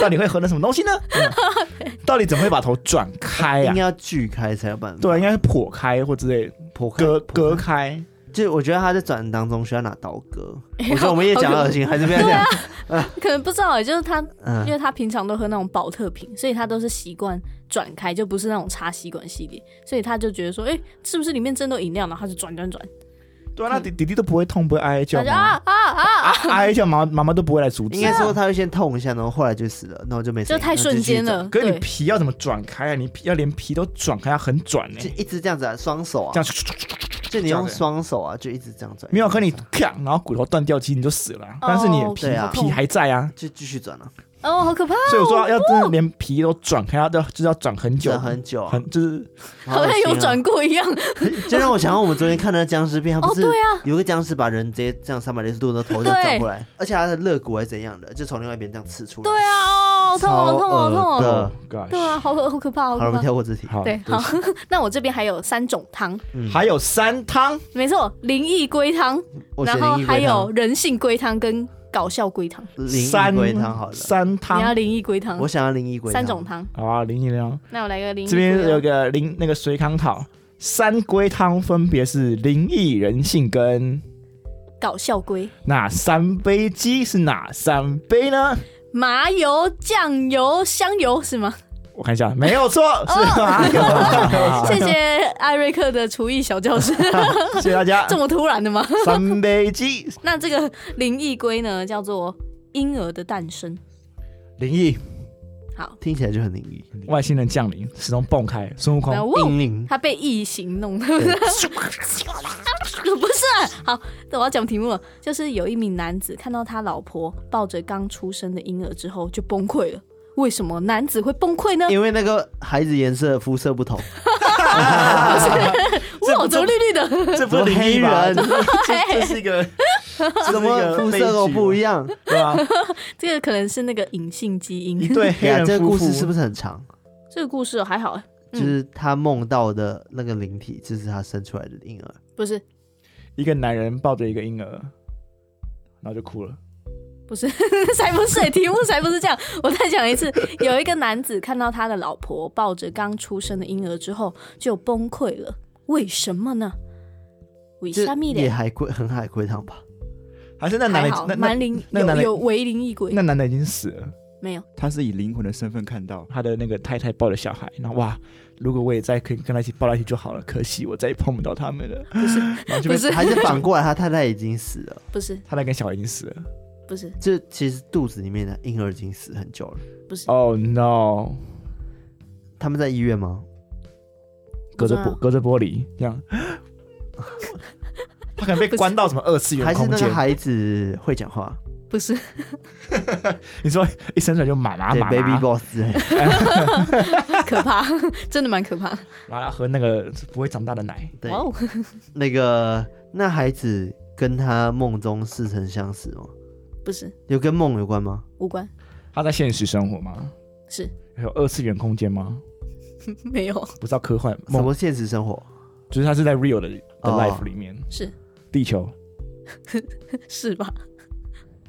S3: 到底会喝成什么东西呢？嗯到底怎么会把头转开哎呀
S1: 应该？要锯开才有办法。
S3: 对，应该是破开或之类的，
S1: 剖开
S3: 隔
S1: 剖
S3: 隔
S1: 开
S3: 开。
S1: 就是我觉得他在转当中需要拿刀 割。
S2: 哎
S1: 我觉得我们也
S2: 好
S1: 讲
S2: 好
S1: 恶心，还是不要
S2: 啊
S1: 讲。
S2: 可能不知道欸，就是他， 因
S1: 嗯，
S2: 为他平常都喝那种保特瓶，所以他都是习惯转开，就不是那种插吸管系列，所以他就觉得说，哎、是不是里面真的有饮料？然后他就转转转，
S3: 对啊，那迪
S2: 嗯
S3: 迪迪都不会痛，不会
S2: 他
S3: 哀叫
S2: 就啊
S3: 吗？
S2: 啊啊，
S3: 啊哀叫，妈妈妈都不会来阻止。
S1: 应该说他会先痛一下，然后后来就死了，然后就没声
S2: 就
S1: 音。
S2: 太
S1: 然后
S2: 瞬
S1: 继续
S2: 间
S1: 走，
S2: 了，
S3: 可是你
S2: 对，
S3: 皮要怎么转开啊？你皮要连皮都转开，要很转呢、
S1: 就一直这样子啊，双手
S3: 这
S1: 啊，
S3: 样
S1: 就你用双手啊，就一直这样转。
S3: 没有，
S1: 和
S3: 可你咔，然后骨头断掉，其实你就死了啊、但是你的皮、
S1: 对啊
S3: 皮还在啊。
S1: 就继续转了，
S2: 哦，好可怕、
S3: 所以我说要真的连皮都转开，要就是要转很久，
S1: 转很久啊，
S3: 很就是
S1: 好
S2: 好
S1: 恶
S2: 像
S1: 心啊
S2: 有转，过一样。
S1: 就让我想到我们昨天看的僵尸片，它不
S2: 哦，
S1: 是
S2: 对啊，
S1: 有个僵尸把人直接这样三百六十度的头这样转过来，而且他的肋骨还是怎样的，就从另外一边这样刺出来。
S2: 对啊，哦，好痛，好痛，好痛
S1: 超恶
S2: 哦，
S1: 的
S3: oh gosh
S2: 对啊，好可好可怕，好
S1: 好了，
S2: 可
S1: 我们
S2: 怕。
S1: 跳过这题。
S3: 好，
S2: 对，好， 那我这边还有三种汤，
S1: 嗯
S3: 还有三汤，
S2: 没错，灵异龟汤，
S1: 我选
S2: 然后
S1: 灵异
S2: 还
S1: 龟
S2: 有
S1: 汤，
S2: 人性龟汤跟搞笑龟汤。
S1: 灵
S3: 三
S1: 异龟汤好了，
S3: 三
S2: 你要
S3: 汤。
S2: 灵异龟汤
S1: 我，想要灵异龟汤
S2: 三种汤。
S3: 好啊，林一良，
S2: 那我来个灵异啊
S3: 这
S2: 龟
S3: 边有
S2: 汤。
S3: 个林那个水康讨三龟汤，分别是灵异人性跟
S2: 搞笑龟，
S3: 哪三杯鸡是哪三杯呢？
S2: 麻油、酱油、香油是吗？
S3: 我看一下，没有错，是
S2: 哦
S3: 麻油。啊
S2: 谢谢艾瑞克的厨艺小教 室，
S3: 谢谢大家
S2: 这。么突然的吗？
S3: 三杯鸡，
S2: 那这个灵异龟呢，叫做婴儿的诞生。
S3: 灵异
S2: 好，
S1: 听起来就很灵异。
S3: 外星人降临，时钟蹦开，孙悟空
S2: 然后哇，
S1: 阴 灵
S2: 哦它被异形弄的， 不是啊、好，那我要讲题目了，就是有一名男子看到他老婆抱着刚出生的婴儿之后就崩溃了。为什么男子会崩溃呢？
S1: 因为那个孩子颜色肤色不 同，
S2: 哇，怎么绿绿的？
S3: 这
S1: 怎么黑
S3: 吧
S1: 人
S3: 这这是一个，
S1: 怎
S3: 怎
S1: 么肤色都不一
S3: 样，
S1: 样？
S3: 对吧？
S2: 这个可能是那个隐性基因
S3: 一。 对黑
S1: 对啊，
S3: 人
S1: 这个
S3: 夫
S1: 故
S3: 妇
S1: 事是不是很长？
S2: 这个故事哦还好，
S1: 就
S2: 嗯
S1: 是他梦到的那个灵体，就是他生出来的婴儿。
S2: 不是
S3: 一个男人抱着一个婴儿，然后就哭了。
S2: 不是， 才不是、题目才不是这样。我再讲一次，有一个男子看到他的老婆抱着刚出生的婴儿之后就崩溃了，为什么呢？为
S1: 就
S2: 什么
S1: 也
S2: 呢？
S1: 海龟很海龟汤吧？
S3: 还是那男
S2: 还
S3: 的
S2: 好，，
S3: 那那
S2: 蛮灵
S3: 那男
S2: 有
S3: 的
S2: 有为灵异鬼
S3: 那男的已经死了，
S2: 没有？
S4: 他是以灵魂的身份看到，
S3: 他的那个太太抱着小孩，然后哇，如果我也再可以跟他一起抱在一起就好了，可惜我再也碰不到他们了。然后
S2: 不
S3: 就被
S2: 是
S1: 还是反过来，他太太已经死了，
S2: 不是
S3: 他那跟小孩已经死了。
S2: 不是
S1: 就其实肚子里面的婴儿已经死很久了。
S2: 不是，
S3: Oh no！
S1: 他们在医院吗？
S3: 隔着
S2: 不知
S3: 玻
S2: 道
S3: 隔着玻璃这样， 他可能被关到什么二次元
S1: 还是
S3: 空
S1: 那
S3: 间
S1: 个。孩子会讲话？
S2: 不是，
S3: 你说一生出来就妈妈
S1: 对
S3: 妈
S1: ，Baby
S3: 妈，
S1: Boss 之 类的。
S2: 可怕，真的蛮可怕。
S3: 然后要喝那个不会长大的奶，
S1: 对
S2: 哇，哦，
S1: 那个那孩子跟他梦中似曾相识吗？
S2: 不是
S1: 有跟梦有关吗？
S2: 无关，
S3: 他在现实生活吗？
S2: 是
S3: 有二次元空间吗？
S2: 没有
S3: 不知道科幻
S1: 什
S3: 梦，
S1: 么现实生活？
S3: 就是他是在 real 的的
S1: 哦
S3: life 里面。
S2: 是
S3: 地球。
S2: 是吧？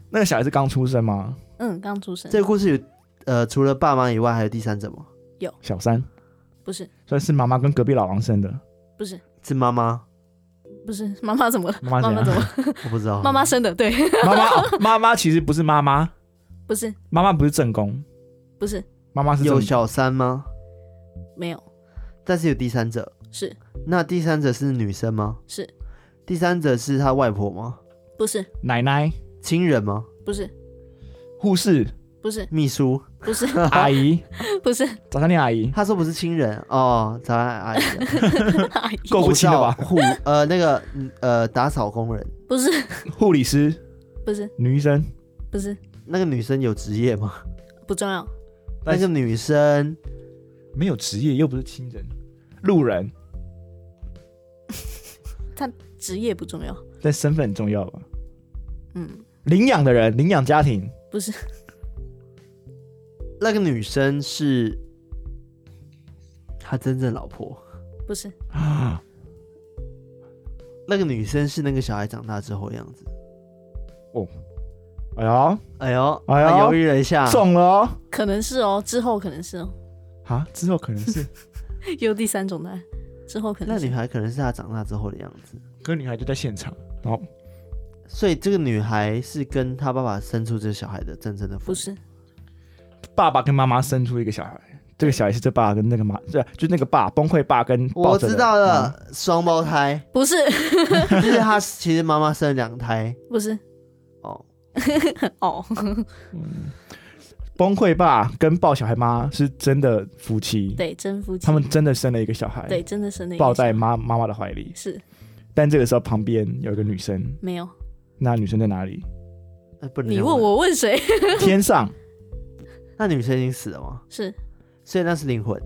S3: 那个小孩是刚出生吗？
S2: 嗯，刚出生
S1: 这个故事有呃，除了爸妈以外，还有第三者吗？
S3: 小三，
S2: 不是
S3: 所以是妈妈跟隔壁老王生的。
S2: 不是
S1: 是妈妈？
S2: 不是妈妈怎么了？
S3: 妈
S2: 妈
S3: 妈
S2: 妈怎
S3: 怎样
S2: 么了？
S1: 我不知道。
S2: 妈妈生的对，
S3: 妈妈哦妈妈其实不是妈妈，
S2: 不是
S3: 妈妈不是正宫，
S2: 不是
S3: 妈妈是正
S1: 有小三吗？
S2: 没有
S1: 但是有第三者，
S2: 是
S1: 那第三者是女生吗？
S2: 是。
S1: 第三者是他外婆吗？
S2: 不是
S3: 奶奶、
S1: 亲人吗？
S2: 不是
S3: 护士、
S2: 不是
S1: 秘书？
S2: 不是
S3: 阿姨、
S2: 不是
S3: 早餐店阿 姨，
S1: 他说不是亲人哦，早安阿姨啊，
S2: 阿姨
S3: 够不清 了吧？
S1: 护呃那个嗯呃打扫工人，
S2: 不是
S3: 护理师、
S2: 不是
S3: 女医生，
S2: 不是
S1: 那个女生有职业吗？
S2: 不重要，
S1: 那
S3: 但
S1: 个
S3: 是
S1: 女生
S3: 没有职业，又不是亲人，路人，
S2: 职业不重要，
S3: 但身份很重要吧？
S2: 嗯，
S3: 领养的人，领养家庭，
S2: 不是
S1: 那个女生是他真正老婆，
S2: 不是
S3: 啊
S1: 那个女生是那个小孩长大之后的样子。
S3: 哎呦，
S1: 哎呦，
S3: 哎呦
S1: 他犹豫了一下，
S3: 中了哦！
S2: 可能是哦，之后可能是哦，
S3: 啊，之后可能 是，
S2: 有第三种答案，之后可能
S1: 那
S2: 是
S1: 女孩可能是他长大之后的样子。
S3: 可是女孩就在现场，然后
S1: 所以这个女孩是跟她爸爸生出这个小孩的真正的父
S2: 不
S1: 母，
S2: 是
S3: 爸爸跟妈妈生出一个小孩，这个小孩是这爸跟那个妈，对，就那个爸崩溃爸跟
S1: 我
S3: 抱着的嗯
S1: 知道
S3: 妈妈，
S1: 了， 双胞胎，
S2: 不是
S1: 就是她其实妈妈生了两胎
S2: 不是
S1: 哦，
S2: 哦，
S3: 崩溃爸跟抱小孩妈是真的夫妻，
S2: 对，真夫妻
S3: 他们真的生了一个小孩，
S2: 对真的生了一个
S3: 抱在
S2: 小
S3: 妈妈妈的怀里
S2: 孩，是
S3: 但这个时候旁边有一个女生，
S2: 没有，
S3: 那女生在哪里？
S1: 呃不能
S2: 你
S1: 这样
S2: 问我问谁
S3: 天上，
S1: 那女生已经死了吗？
S2: 是
S1: 所以那是灵魂，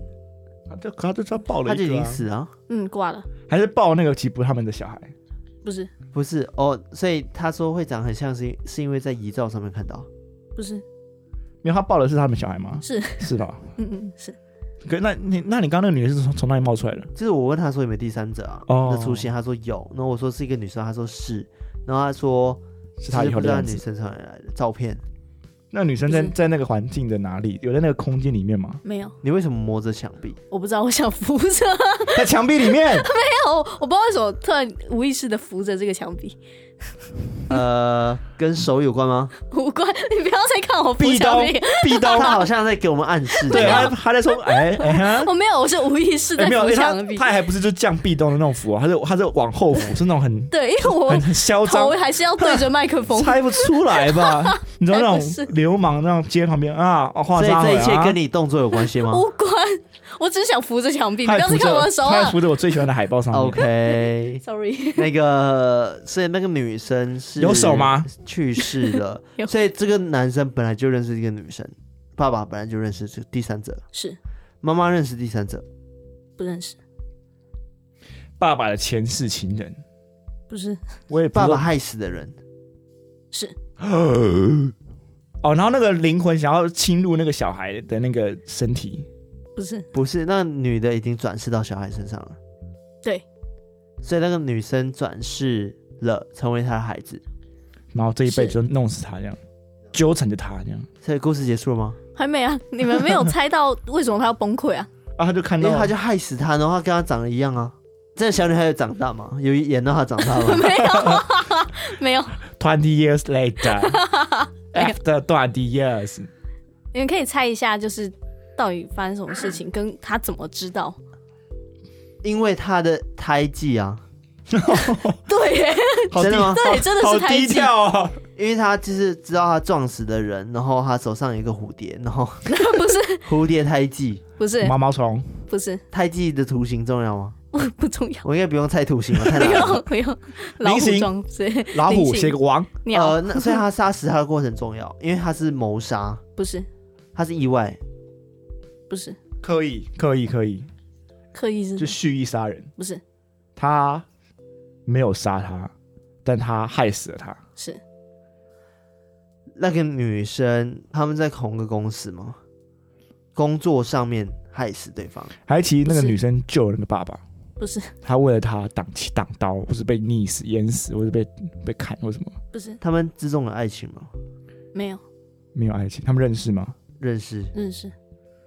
S3: 他就他就知道抱
S1: 她
S3: 了
S1: 就
S3: 一
S1: 已
S3: 个
S1: 经
S3: 啊、
S1: 死了，
S2: 嗯挂了
S3: 还是抱那个吉普他们的小孩，
S2: 不是
S1: 不是哦。所以她说会长很像是是因为在遗照上面看到，
S2: 不是
S3: 因为他抱的是他们小孩 吗？
S2: 是
S3: 是吧？
S2: 嗯嗯是
S3: 可那你那你刚刚那个女的是从从哪里冒出来的？
S1: 就是我问她说有没有第三者啊
S3: 哦
S1: 的出现，她说有，然后我说是一个女生，她说是，然后她说
S3: 是她以
S1: 就是
S3: 后
S1: 不知
S3: 的
S1: 道
S3: 样
S1: 女
S3: 子。
S1: 生从哪里来的照片，
S3: 那女生在
S2: 不是？
S3: 在那个环境的哪里？有在那个空间里面吗
S2: 没有，
S1: 你为什么摸着墙壁？
S2: 我不知道，我想扶着，
S3: 在墙壁里面。
S2: 哦，我不知道为什么突然无意识的扶着这个墙壁，
S1: 呃，跟手有关吗？
S2: 无关，你不要再看我扶
S3: 壁
S2: 墙
S3: 咚
S2: 壁，
S3: 壁咚
S1: 他，好像在给我们暗示，
S3: 对，他他在说，哎哎哈，
S2: 我没有，我是无意识在
S3: 哎没有，
S2: 扶
S3: 哎他
S2: 墙壁，
S3: 他还不是就降壁咚的那种扶啊，他是他是往后扶，是那种很
S2: 对，因为我
S3: 很很嚣张
S2: 头，还是要对着麦克 风，
S3: 猜不出来吧？你知道那
S2: 才不是
S3: 种流氓那种街旁边啊，哦画
S1: 所以
S3: 扎
S1: 这一切跟
S3: 你
S1: 你动作有关系吗
S2: 无关，我只是想扶着墙壁，你不
S3: 他
S2: 要
S3: 还
S2: 再
S3: 扶
S2: 看我的
S3: 着
S2: 手
S3: 他还
S2: 啊
S3: 扶着我最喜欢的海报上面。
S1: ？OK，
S2: ，sorry，
S1: 那个，所以那个女生是
S3: 有手吗？
S1: 去世了
S2: 有，
S1: 所以这个男生本来就认识这个女生，爸爸本来就认识这个第三者，
S2: 是
S1: 妈妈认识第三者，
S2: 不认识，
S3: 爸爸的前世情人，
S2: 不是
S3: 我也不知
S1: 爸
S3: 道
S1: 爸害死的人，
S2: 是
S3: 哦，然后那个灵魂想要侵入那个小孩的那个身体，
S2: 不是
S1: 不是那女的已经转世到小孩身上了，
S2: 对，
S1: 所以那个女生转世了，成为他的孩子，
S3: 然后这一辈子就弄死他这样，纠缠着他这样。
S1: 所以故事结束了吗？
S2: 还没啊，你们没有猜到为什么他要崩 溃啊？
S3: 啊，他就看
S1: 因为
S3: 到
S1: 他就害死他，然后他跟他长得一样啊。这个小女孩有长大吗？有演到她长大 吗？
S2: 没有，没有，
S3: twenty years later after twenty years，
S2: 你们可以猜一下，就是到底发生什么事情，跟他怎么知道？
S1: 因为她的胎记啊，
S2: 对耶，
S3: 好
S1: 真的吗
S3: 低
S2: 对真的是
S3: 好
S2: 胎
S3: 低
S2: 记
S3: 调哦。
S1: 因为她就是知道她撞死的人，然后她手上有一个蝴蝶，然后
S2: 不是，
S1: 蝴蝶胎记，
S2: 不是，
S3: 毛毛虫，
S2: 不是，
S1: 胎记的图形重要吗？
S2: 不不重要，
S1: 我应该不用猜图形吧？太
S2: 不
S1: 难了。
S2: 用不用，老
S3: 菱
S2: 虎
S3: 形
S2: 装是
S3: 老
S2: 灵
S3: 虎
S2: 性
S3: 写个王，
S2: 鸟，
S1: 呃，那所以她杀死他的过程重要，因为她是谋杀，
S2: 不是
S1: 她是意外，
S2: 不是
S3: 刻意刻意刻意，
S2: 刻意是
S3: 就蓄意杀人。
S2: 不是
S3: 他没有杀他，但他害死了他。
S2: 是
S1: 那个女生他们在同个公司吗？工作上面害死对方，
S3: 还其实那个
S2: 不是
S3: 女生救了那个爸爸，
S2: 不是
S3: 他为了他挡挡刀，不是被溺死、淹死，或是被被砍或什么，
S2: 不是
S1: 他们之中有爱情吗？
S2: 没有
S3: 没有爱情，他们认识吗？
S1: 认识，
S2: 认识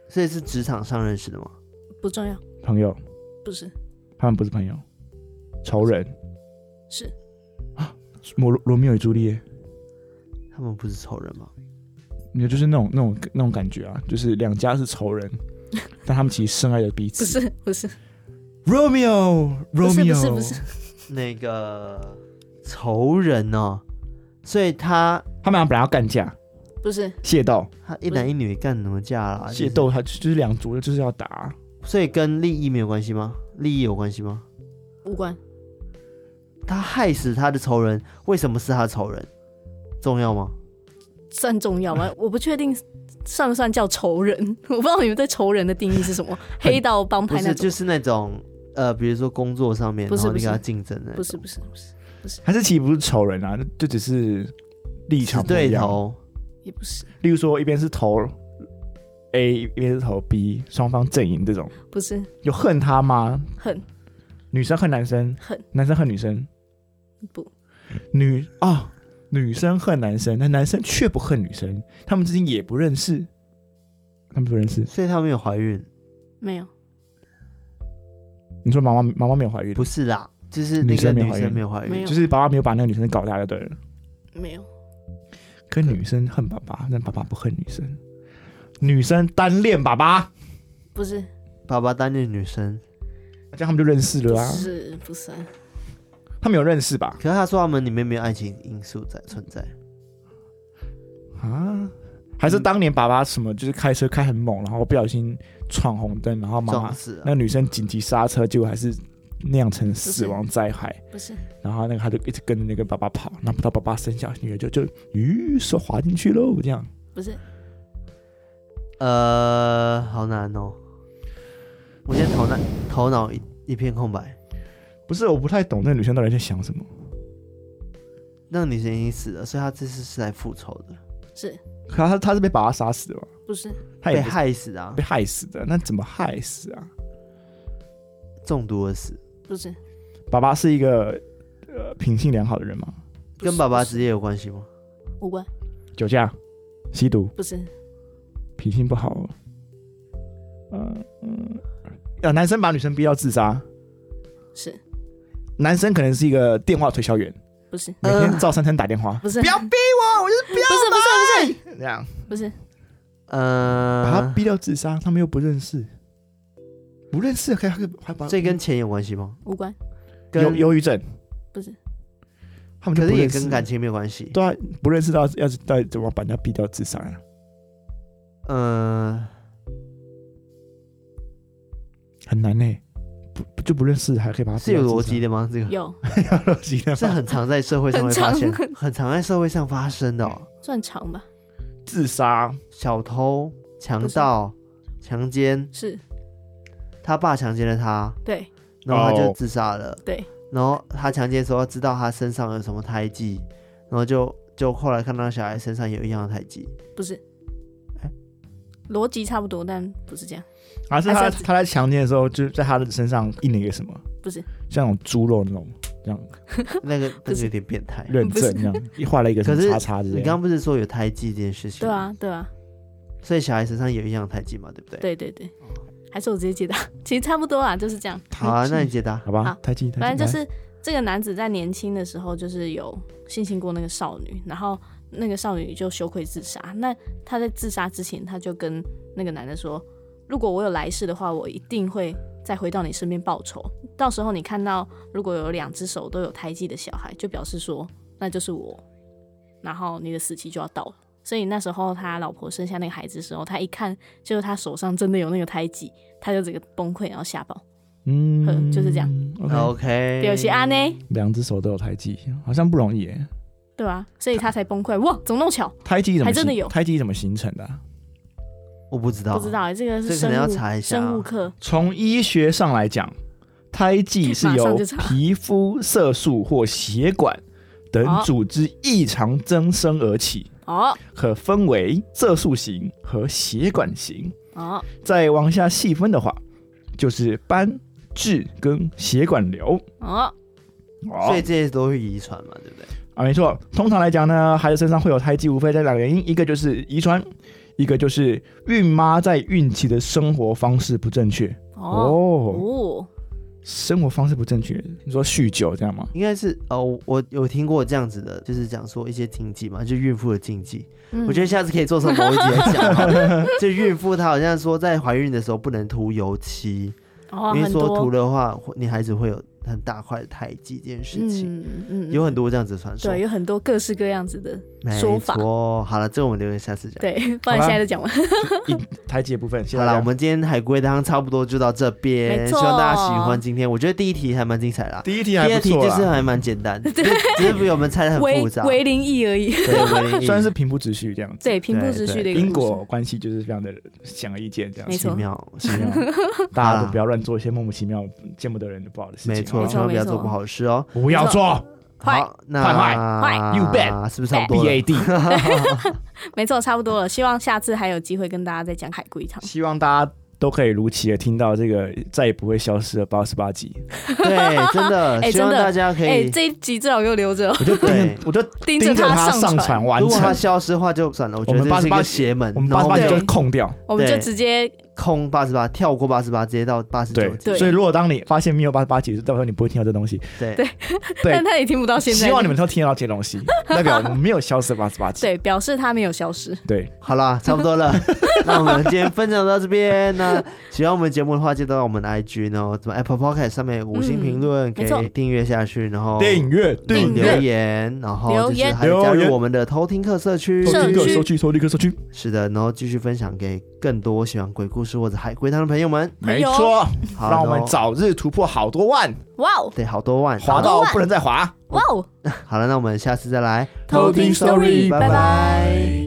S1: 所以是职场上认识的吗？
S2: 不重要，
S3: 朋友，
S2: 不是
S3: 他们不是朋友，仇人。
S2: 是
S3: 罗罗密欧与朱丽叶，
S1: 他们不是仇人吗？
S3: 你就是那种那种那种感觉啊，就是两家是 仇人，但他们其实深爱着彼
S2: 不
S3: 此。
S2: 是不是
S3: Romeo，Romeo，
S2: 不是不是不是，
S1: 那个仇人哦，所以他
S3: 他们俩本来要干架，
S2: 不是
S3: 械斗，
S1: 他一男一女干什么架
S2: 啊
S1: 啦？
S3: 械斗，他就是两族就是要打，
S1: 就是，所以跟利益没有关系吗？利益有关系吗？
S2: 无关，
S1: 他害死他的仇人，为什么是他的仇人？重要吗？
S2: 算重要吗？我不确定算不算叫仇人， 我不知道你们对仇人的定义是什么，黑道帮
S1: 不
S2: 派
S1: 是，
S2: 那种
S1: 就。是那种呃，比如说工作上面，
S2: 不
S1: 然
S2: 是
S1: 后你
S2: 不
S1: 跟他
S2: 是
S1: 竞争的，
S2: 不是不是不是，
S3: 还是其实不是仇人啊，就只是立
S1: 死
S3: 场不一
S1: 对
S3: 样。
S1: 头，
S2: 也不是
S3: 例如说一边是投 A，一边是投 B，双方阵营这种，
S2: 不是
S3: 有恨他吗？
S2: 很
S3: 女生恨男生，
S2: 恨
S3: 男生恨女生，
S2: 不
S3: 女啊、女生恨男生，但男生却不恨女生，他们之间也不认识，他们不认识。
S1: 所以他没有怀孕，
S2: 没有
S3: 你说妈妈妈妈没有怀孕，
S1: 不是啦，就是那个
S3: 女生没有
S1: 女
S3: 怀孕
S1: 生没有怀
S2: 没
S1: 孕
S2: 有，
S3: 就是爸爸没有把那个女生搞大就对了。
S2: 没有
S3: 可女生恨爸爸，但爸爸不恨女生，女生单恋爸爸，
S2: 不是
S1: 爸爸单恋女生，
S3: 这样他们就认识
S2: 不
S3: 了啊。
S2: 是不是啊
S3: 他们有认识吧？
S1: 可是他说他们里面没有爱情因素在存在，
S3: 啊，还是当年爸爸什么，就是开车开很猛，然后不小心闯红灯，然后妈
S1: 撞
S3: 妈
S1: 死了
S3: 那。女生紧急刹车，结果还是酿成死亡灾害。
S2: 不是
S3: 然后那个他就一直跟着那个爸爸跑，然后到爸爸生下女儿就就咦手滑进去喽，这样
S2: 不是
S1: 呃，好难哦，我现在头脑头脑一一片空白。
S3: 不是我不太懂那女生到底在想什么，
S1: 那个女生已经死了，所以她这次是来复仇的，
S2: 是
S3: 可她她是被爸爸杀死的嘛，
S2: 不是
S3: 她也
S1: 被
S3: 不是
S1: 害死的啊
S3: 被，害死的，那怎么害死啊？
S1: 中毒而死，
S2: 不是
S3: 爸爸是一个呃品性良好的人嘛，
S2: 不是
S1: 跟爸爸
S2: 不是
S1: 职业有关系吗？
S2: 无关
S3: 酒驾、吸毒，
S2: 不是
S3: 脾性不好，呃嗯，呃，男生把女生逼到自杀，
S2: 是
S3: 男生可能是一个电话推销员，
S2: 不是
S1: 呃
S3: 每天照三餐打 电话，
S2: 不是
S3: 不要逼我，我就是不要
S2: 不是不是不是
S3: 这样，
S2: 不是
S3: 把他
S1: 呃，
S3: 逼到自杀，他们又不认识，不认识还还还把
S1: 这跟钱有关系吗？
S2: 无关
S3: 忧
S1: 跟
S3: 忧郁症，
S2: 不是
S3: 他们就
S1: 可是
S3: 不
S1: 也
S3: 认识
S1: 跟感情没有关系。
S3: 对啊，不认识到要是到底怎么把人家逼到自杀呀、
S1: 呃，
S3: 很难呢、不不就不认识还可以把他
S1: 是
S3: 逼到
S1: 有
S3: 自杀
S1: 逻辑，的吗？ 这个
S2: 有
S3: 有逻啊辑的
S1: 是
S3: 吧，
S1: 很常在社会上会
S2: 很
S1: 发
S2: 常
S1: 现，很常在社会上发生的、哦，
S2: 算长吧
S3: 自杀
S1: 小偷、强
S2: 不是
S1: 盗、强奸，
S2: 是
S1: 他爸强奸了他，
S2: 对
S1: 然后他就
S3: 哦
S1: 自杀了。
S2: 对，
S1: 然后他强奸的时候知道他身上有什么胎记，然后就就后来看到小孩身上有一样的胎记，
S2: 不是
S1: 哎
S2: 逻辑差不多但不是这样
S3: 而、是他
S2: 还是
S3: 他在强奸的时候，就是在他的身上印了一个什么，
S2: 不是
S3: 像那种猪肉那种
S1: 那个那
S2: 不
S1: 个
S2: 是
S1: 有点变态。
S3: 认欸证这样，一画了一个什
S1: 可
S3: 么
S1: 是
S3: 叉叉之
S1: 你
S3: 类
S1: 刚
S3: 的。
S1: 刚不是说有胎记这件事情？
S2: 对，啊对啊
S1: 所以小孩身上有一样的胎记嘛，对不对？。
S2: 对对对还是我直接解答 其实差不多啊就是这样
S1: 好啊，那你解答。
S3: 好吧
S2: 好，
S3: 太近太近。
S2: 反正就是这个男子在年轻的时候就是有性侵过那个少女，然后那个少女就羞愧自杀。那他在自杀之前，他就跟那个男的说：“如果我有来世的话，我一定会再回到你身边报仇。到时候你看到如果有两只手都有胎记的小孩，就表示说那就是我，然后你的死期就要到了。”所以那时候他老婆生下那个孩子的时候，他一看就是他手上真的有那个胎记，他就整个崩溃，然后吓爆。
S3: 嗯
S2: 嗯就是这样。
S3: OK，
S1: OK。
S2: 有些啊安呢？
S3: 两只手都有胎记，好像不容易耶。
S2: 对啊，所以他才崩溃。哇，怎么那么巧？
S3: 胎记怎么
S2: 还
S3: 形
S2: 真的有
S3: 胎记怎么形成的啊？
S1: 我不知道，
S2: 不知。道欸这个
S1: 哦这
S2: 是
S1: 可
S2: 生
S1: 能要
S2: 物
S1: 查一下
S2: 生物
S1: 啊
S2: 课，
S3: 从医学上来讲，胎记是
S2: 马上
S3: 由
S2: 就查
S3: 皮肤、色素或血管等
S2: 好
S3: 组织异常增生而起，
S2: 哦
S3: 可分为色素型和血管型。
S2: 哦
S3: 再往下细分的话，就是斑、痣跟血管瘤。
S2: 哦，
S1: 所以
S3: 哦
S1: 这些都是遗传嘛，对不对？
S3: 啊，没错，通常来讲呢，孩子身上会有胎记，无非这两个原因，一个就是遗传，一个就是孕妈在孕期的生活方式不正确。
S2: 哦，
S3: 哦，
S2: 哦，
S3: 生活方式不正确，你说酗酒这样吗？
S1: 应该是哦，我有听过这样子的，就是讲说一些禁忌嘛，就孕妇的禁忌。
S2: 嗯
S1: 我觉得下次可以做成某一集来讲 好了。就孕妇她好像说，在怀孕的时候不能涂油漆，
S2: 哦
S1: 因为
S2: 很
S1: 说
S2: 多
S1: 涂的话，你孩子会有很大块的胎记这件事情，
S2: 嗯嗯，
S1: 有很多这样子的传说。
S2: 对，有很多各式各样子的，
S1: 没
S2: 说法
S1: 错。好了，这个我们留着下次讲。
S2: 对，不然
S3: 好
S2: 现
S3: 吧
S2: 在就讲完。
S3: 胎记的部分，谢谢
S1: 好
S3: 大
S1: 了，
S3: 家
S1: 我们今天海龟汤差不多就到这边，
S2: 没
S1: 希
S2: 错
S1: 望大家喜欢今天。我觉得第一题还蛮精彩啦，
S3: 第一题
S1: 第
S3: 还
S1: 二
S3: 不
S1: 题
S3: 错
S1: 就是
S3: 啦，
S1: 还蛮简 单，只是只是比我们猜的很
S2: 为
S1: 复杂。
S2: 为零一而已，
S1: 对唯一
S3: 虽然是平铺直叙这样子。
S2: 对，平铺直叙的一个
S3: 因
S2: 故事
S3: 果关系就是非常的显而易见，这样
S2: 没
S3: 子。
S1: 奇
S2: 错
S1: 妙， 奇
S3: 奇
S1: 妙
S3: 妙， 大
S1: 好
S3: 家都
S1: 啦
S3: 不要乱做一些莫名其妙、见不得人的不好的事情。
S1: 没错，
S2: 没
S3: 好不好
S1: 千万不要做
S2: 没错
S1: 不好的事哦。
S3: 不要做
S2: 坏
S1: 好，那
S3: 坏
S2: 坏
S3: ，You bet
S1: 是不是差不多
S3: B
S1: 了
S3: A D。
S2: 没错，差不多了。希望下次还有机会跟大家再讲海龟汤。
S3: 希望大家都可以如期的听到这个再也不会消失的八十八集。
S1: 对，真的，
S2: 哎
S1: 希望
S2: 真的
S1: 大家可
S2: 哎、
S1: 以
S2: 这一集最好给我留着、哦，
S3: 我就盯
S1: 对
S3: 着，我就
S2: 盯着
S3: 盯着
S2: 它
S3: 它
S2: 上
S3: 上
S2: 传
S3: 传完
S1: 如果它
S3: 成。
S1: 消失的话就算了，我觉得
S3: 我们
S1: 这是一
S3: 88
S1: 个邪门
S3: 我，们
S1: 然
S3: 八十
S1: 后
S3: 八集
S2: 对
S3: 就空掉。
S2: 我们就
S1: 对
S2: 直接
S1: 空八十八，跳过八十八，直接到八十
S3: 对
S1: 九，
S2: 对
S3: 所以如果当你发现没有八十八集，就代表你不会听到这 东西。
S1: 对
S2: 对
S3: 对
S2: 但，他也听不到现在。
S3: 希望你们都听得到这些东西，代表我们没有消失八十八集。
S2: 对表示他没有消失。
S3: 对，
S1: 好啦，差不多 了。那我们今天分享到这边。那喜欢我们节目的话，记得到我们的 IG 呢，怎么 Apple Podcast 上面有五星评论，
S2: 嗯没错
S1: 给订阅下去，然后
S3: 订阅
S1: 然后
S3: 订
S1: 留
S3: 阅，
S1: 言，然后
S2: 留
S1: 就是
S2: 言
S1: 还有加
S3: 留言
S1: 入我们的偷听课社区。
S2: 社
S3: 收
S2: 区
S3: 收据收据收据，
S1: 是的，然后继续分享给更多喜欢鬼故事或者海龟汤的朋友们。
S2: 哎
S3: 没
S2: 呦
S3: 错，
S1: 好，
S3: 让我们
S1: 然后
S3: 早日突破好多万，
S2: 哇哦，
S1: 对好多万
S3: 滑
S1: 好
S3: 到不能再滑。
S2: 哇哦，
S1: 好了，那我们下次再来
S2: 偷听 story，拜拜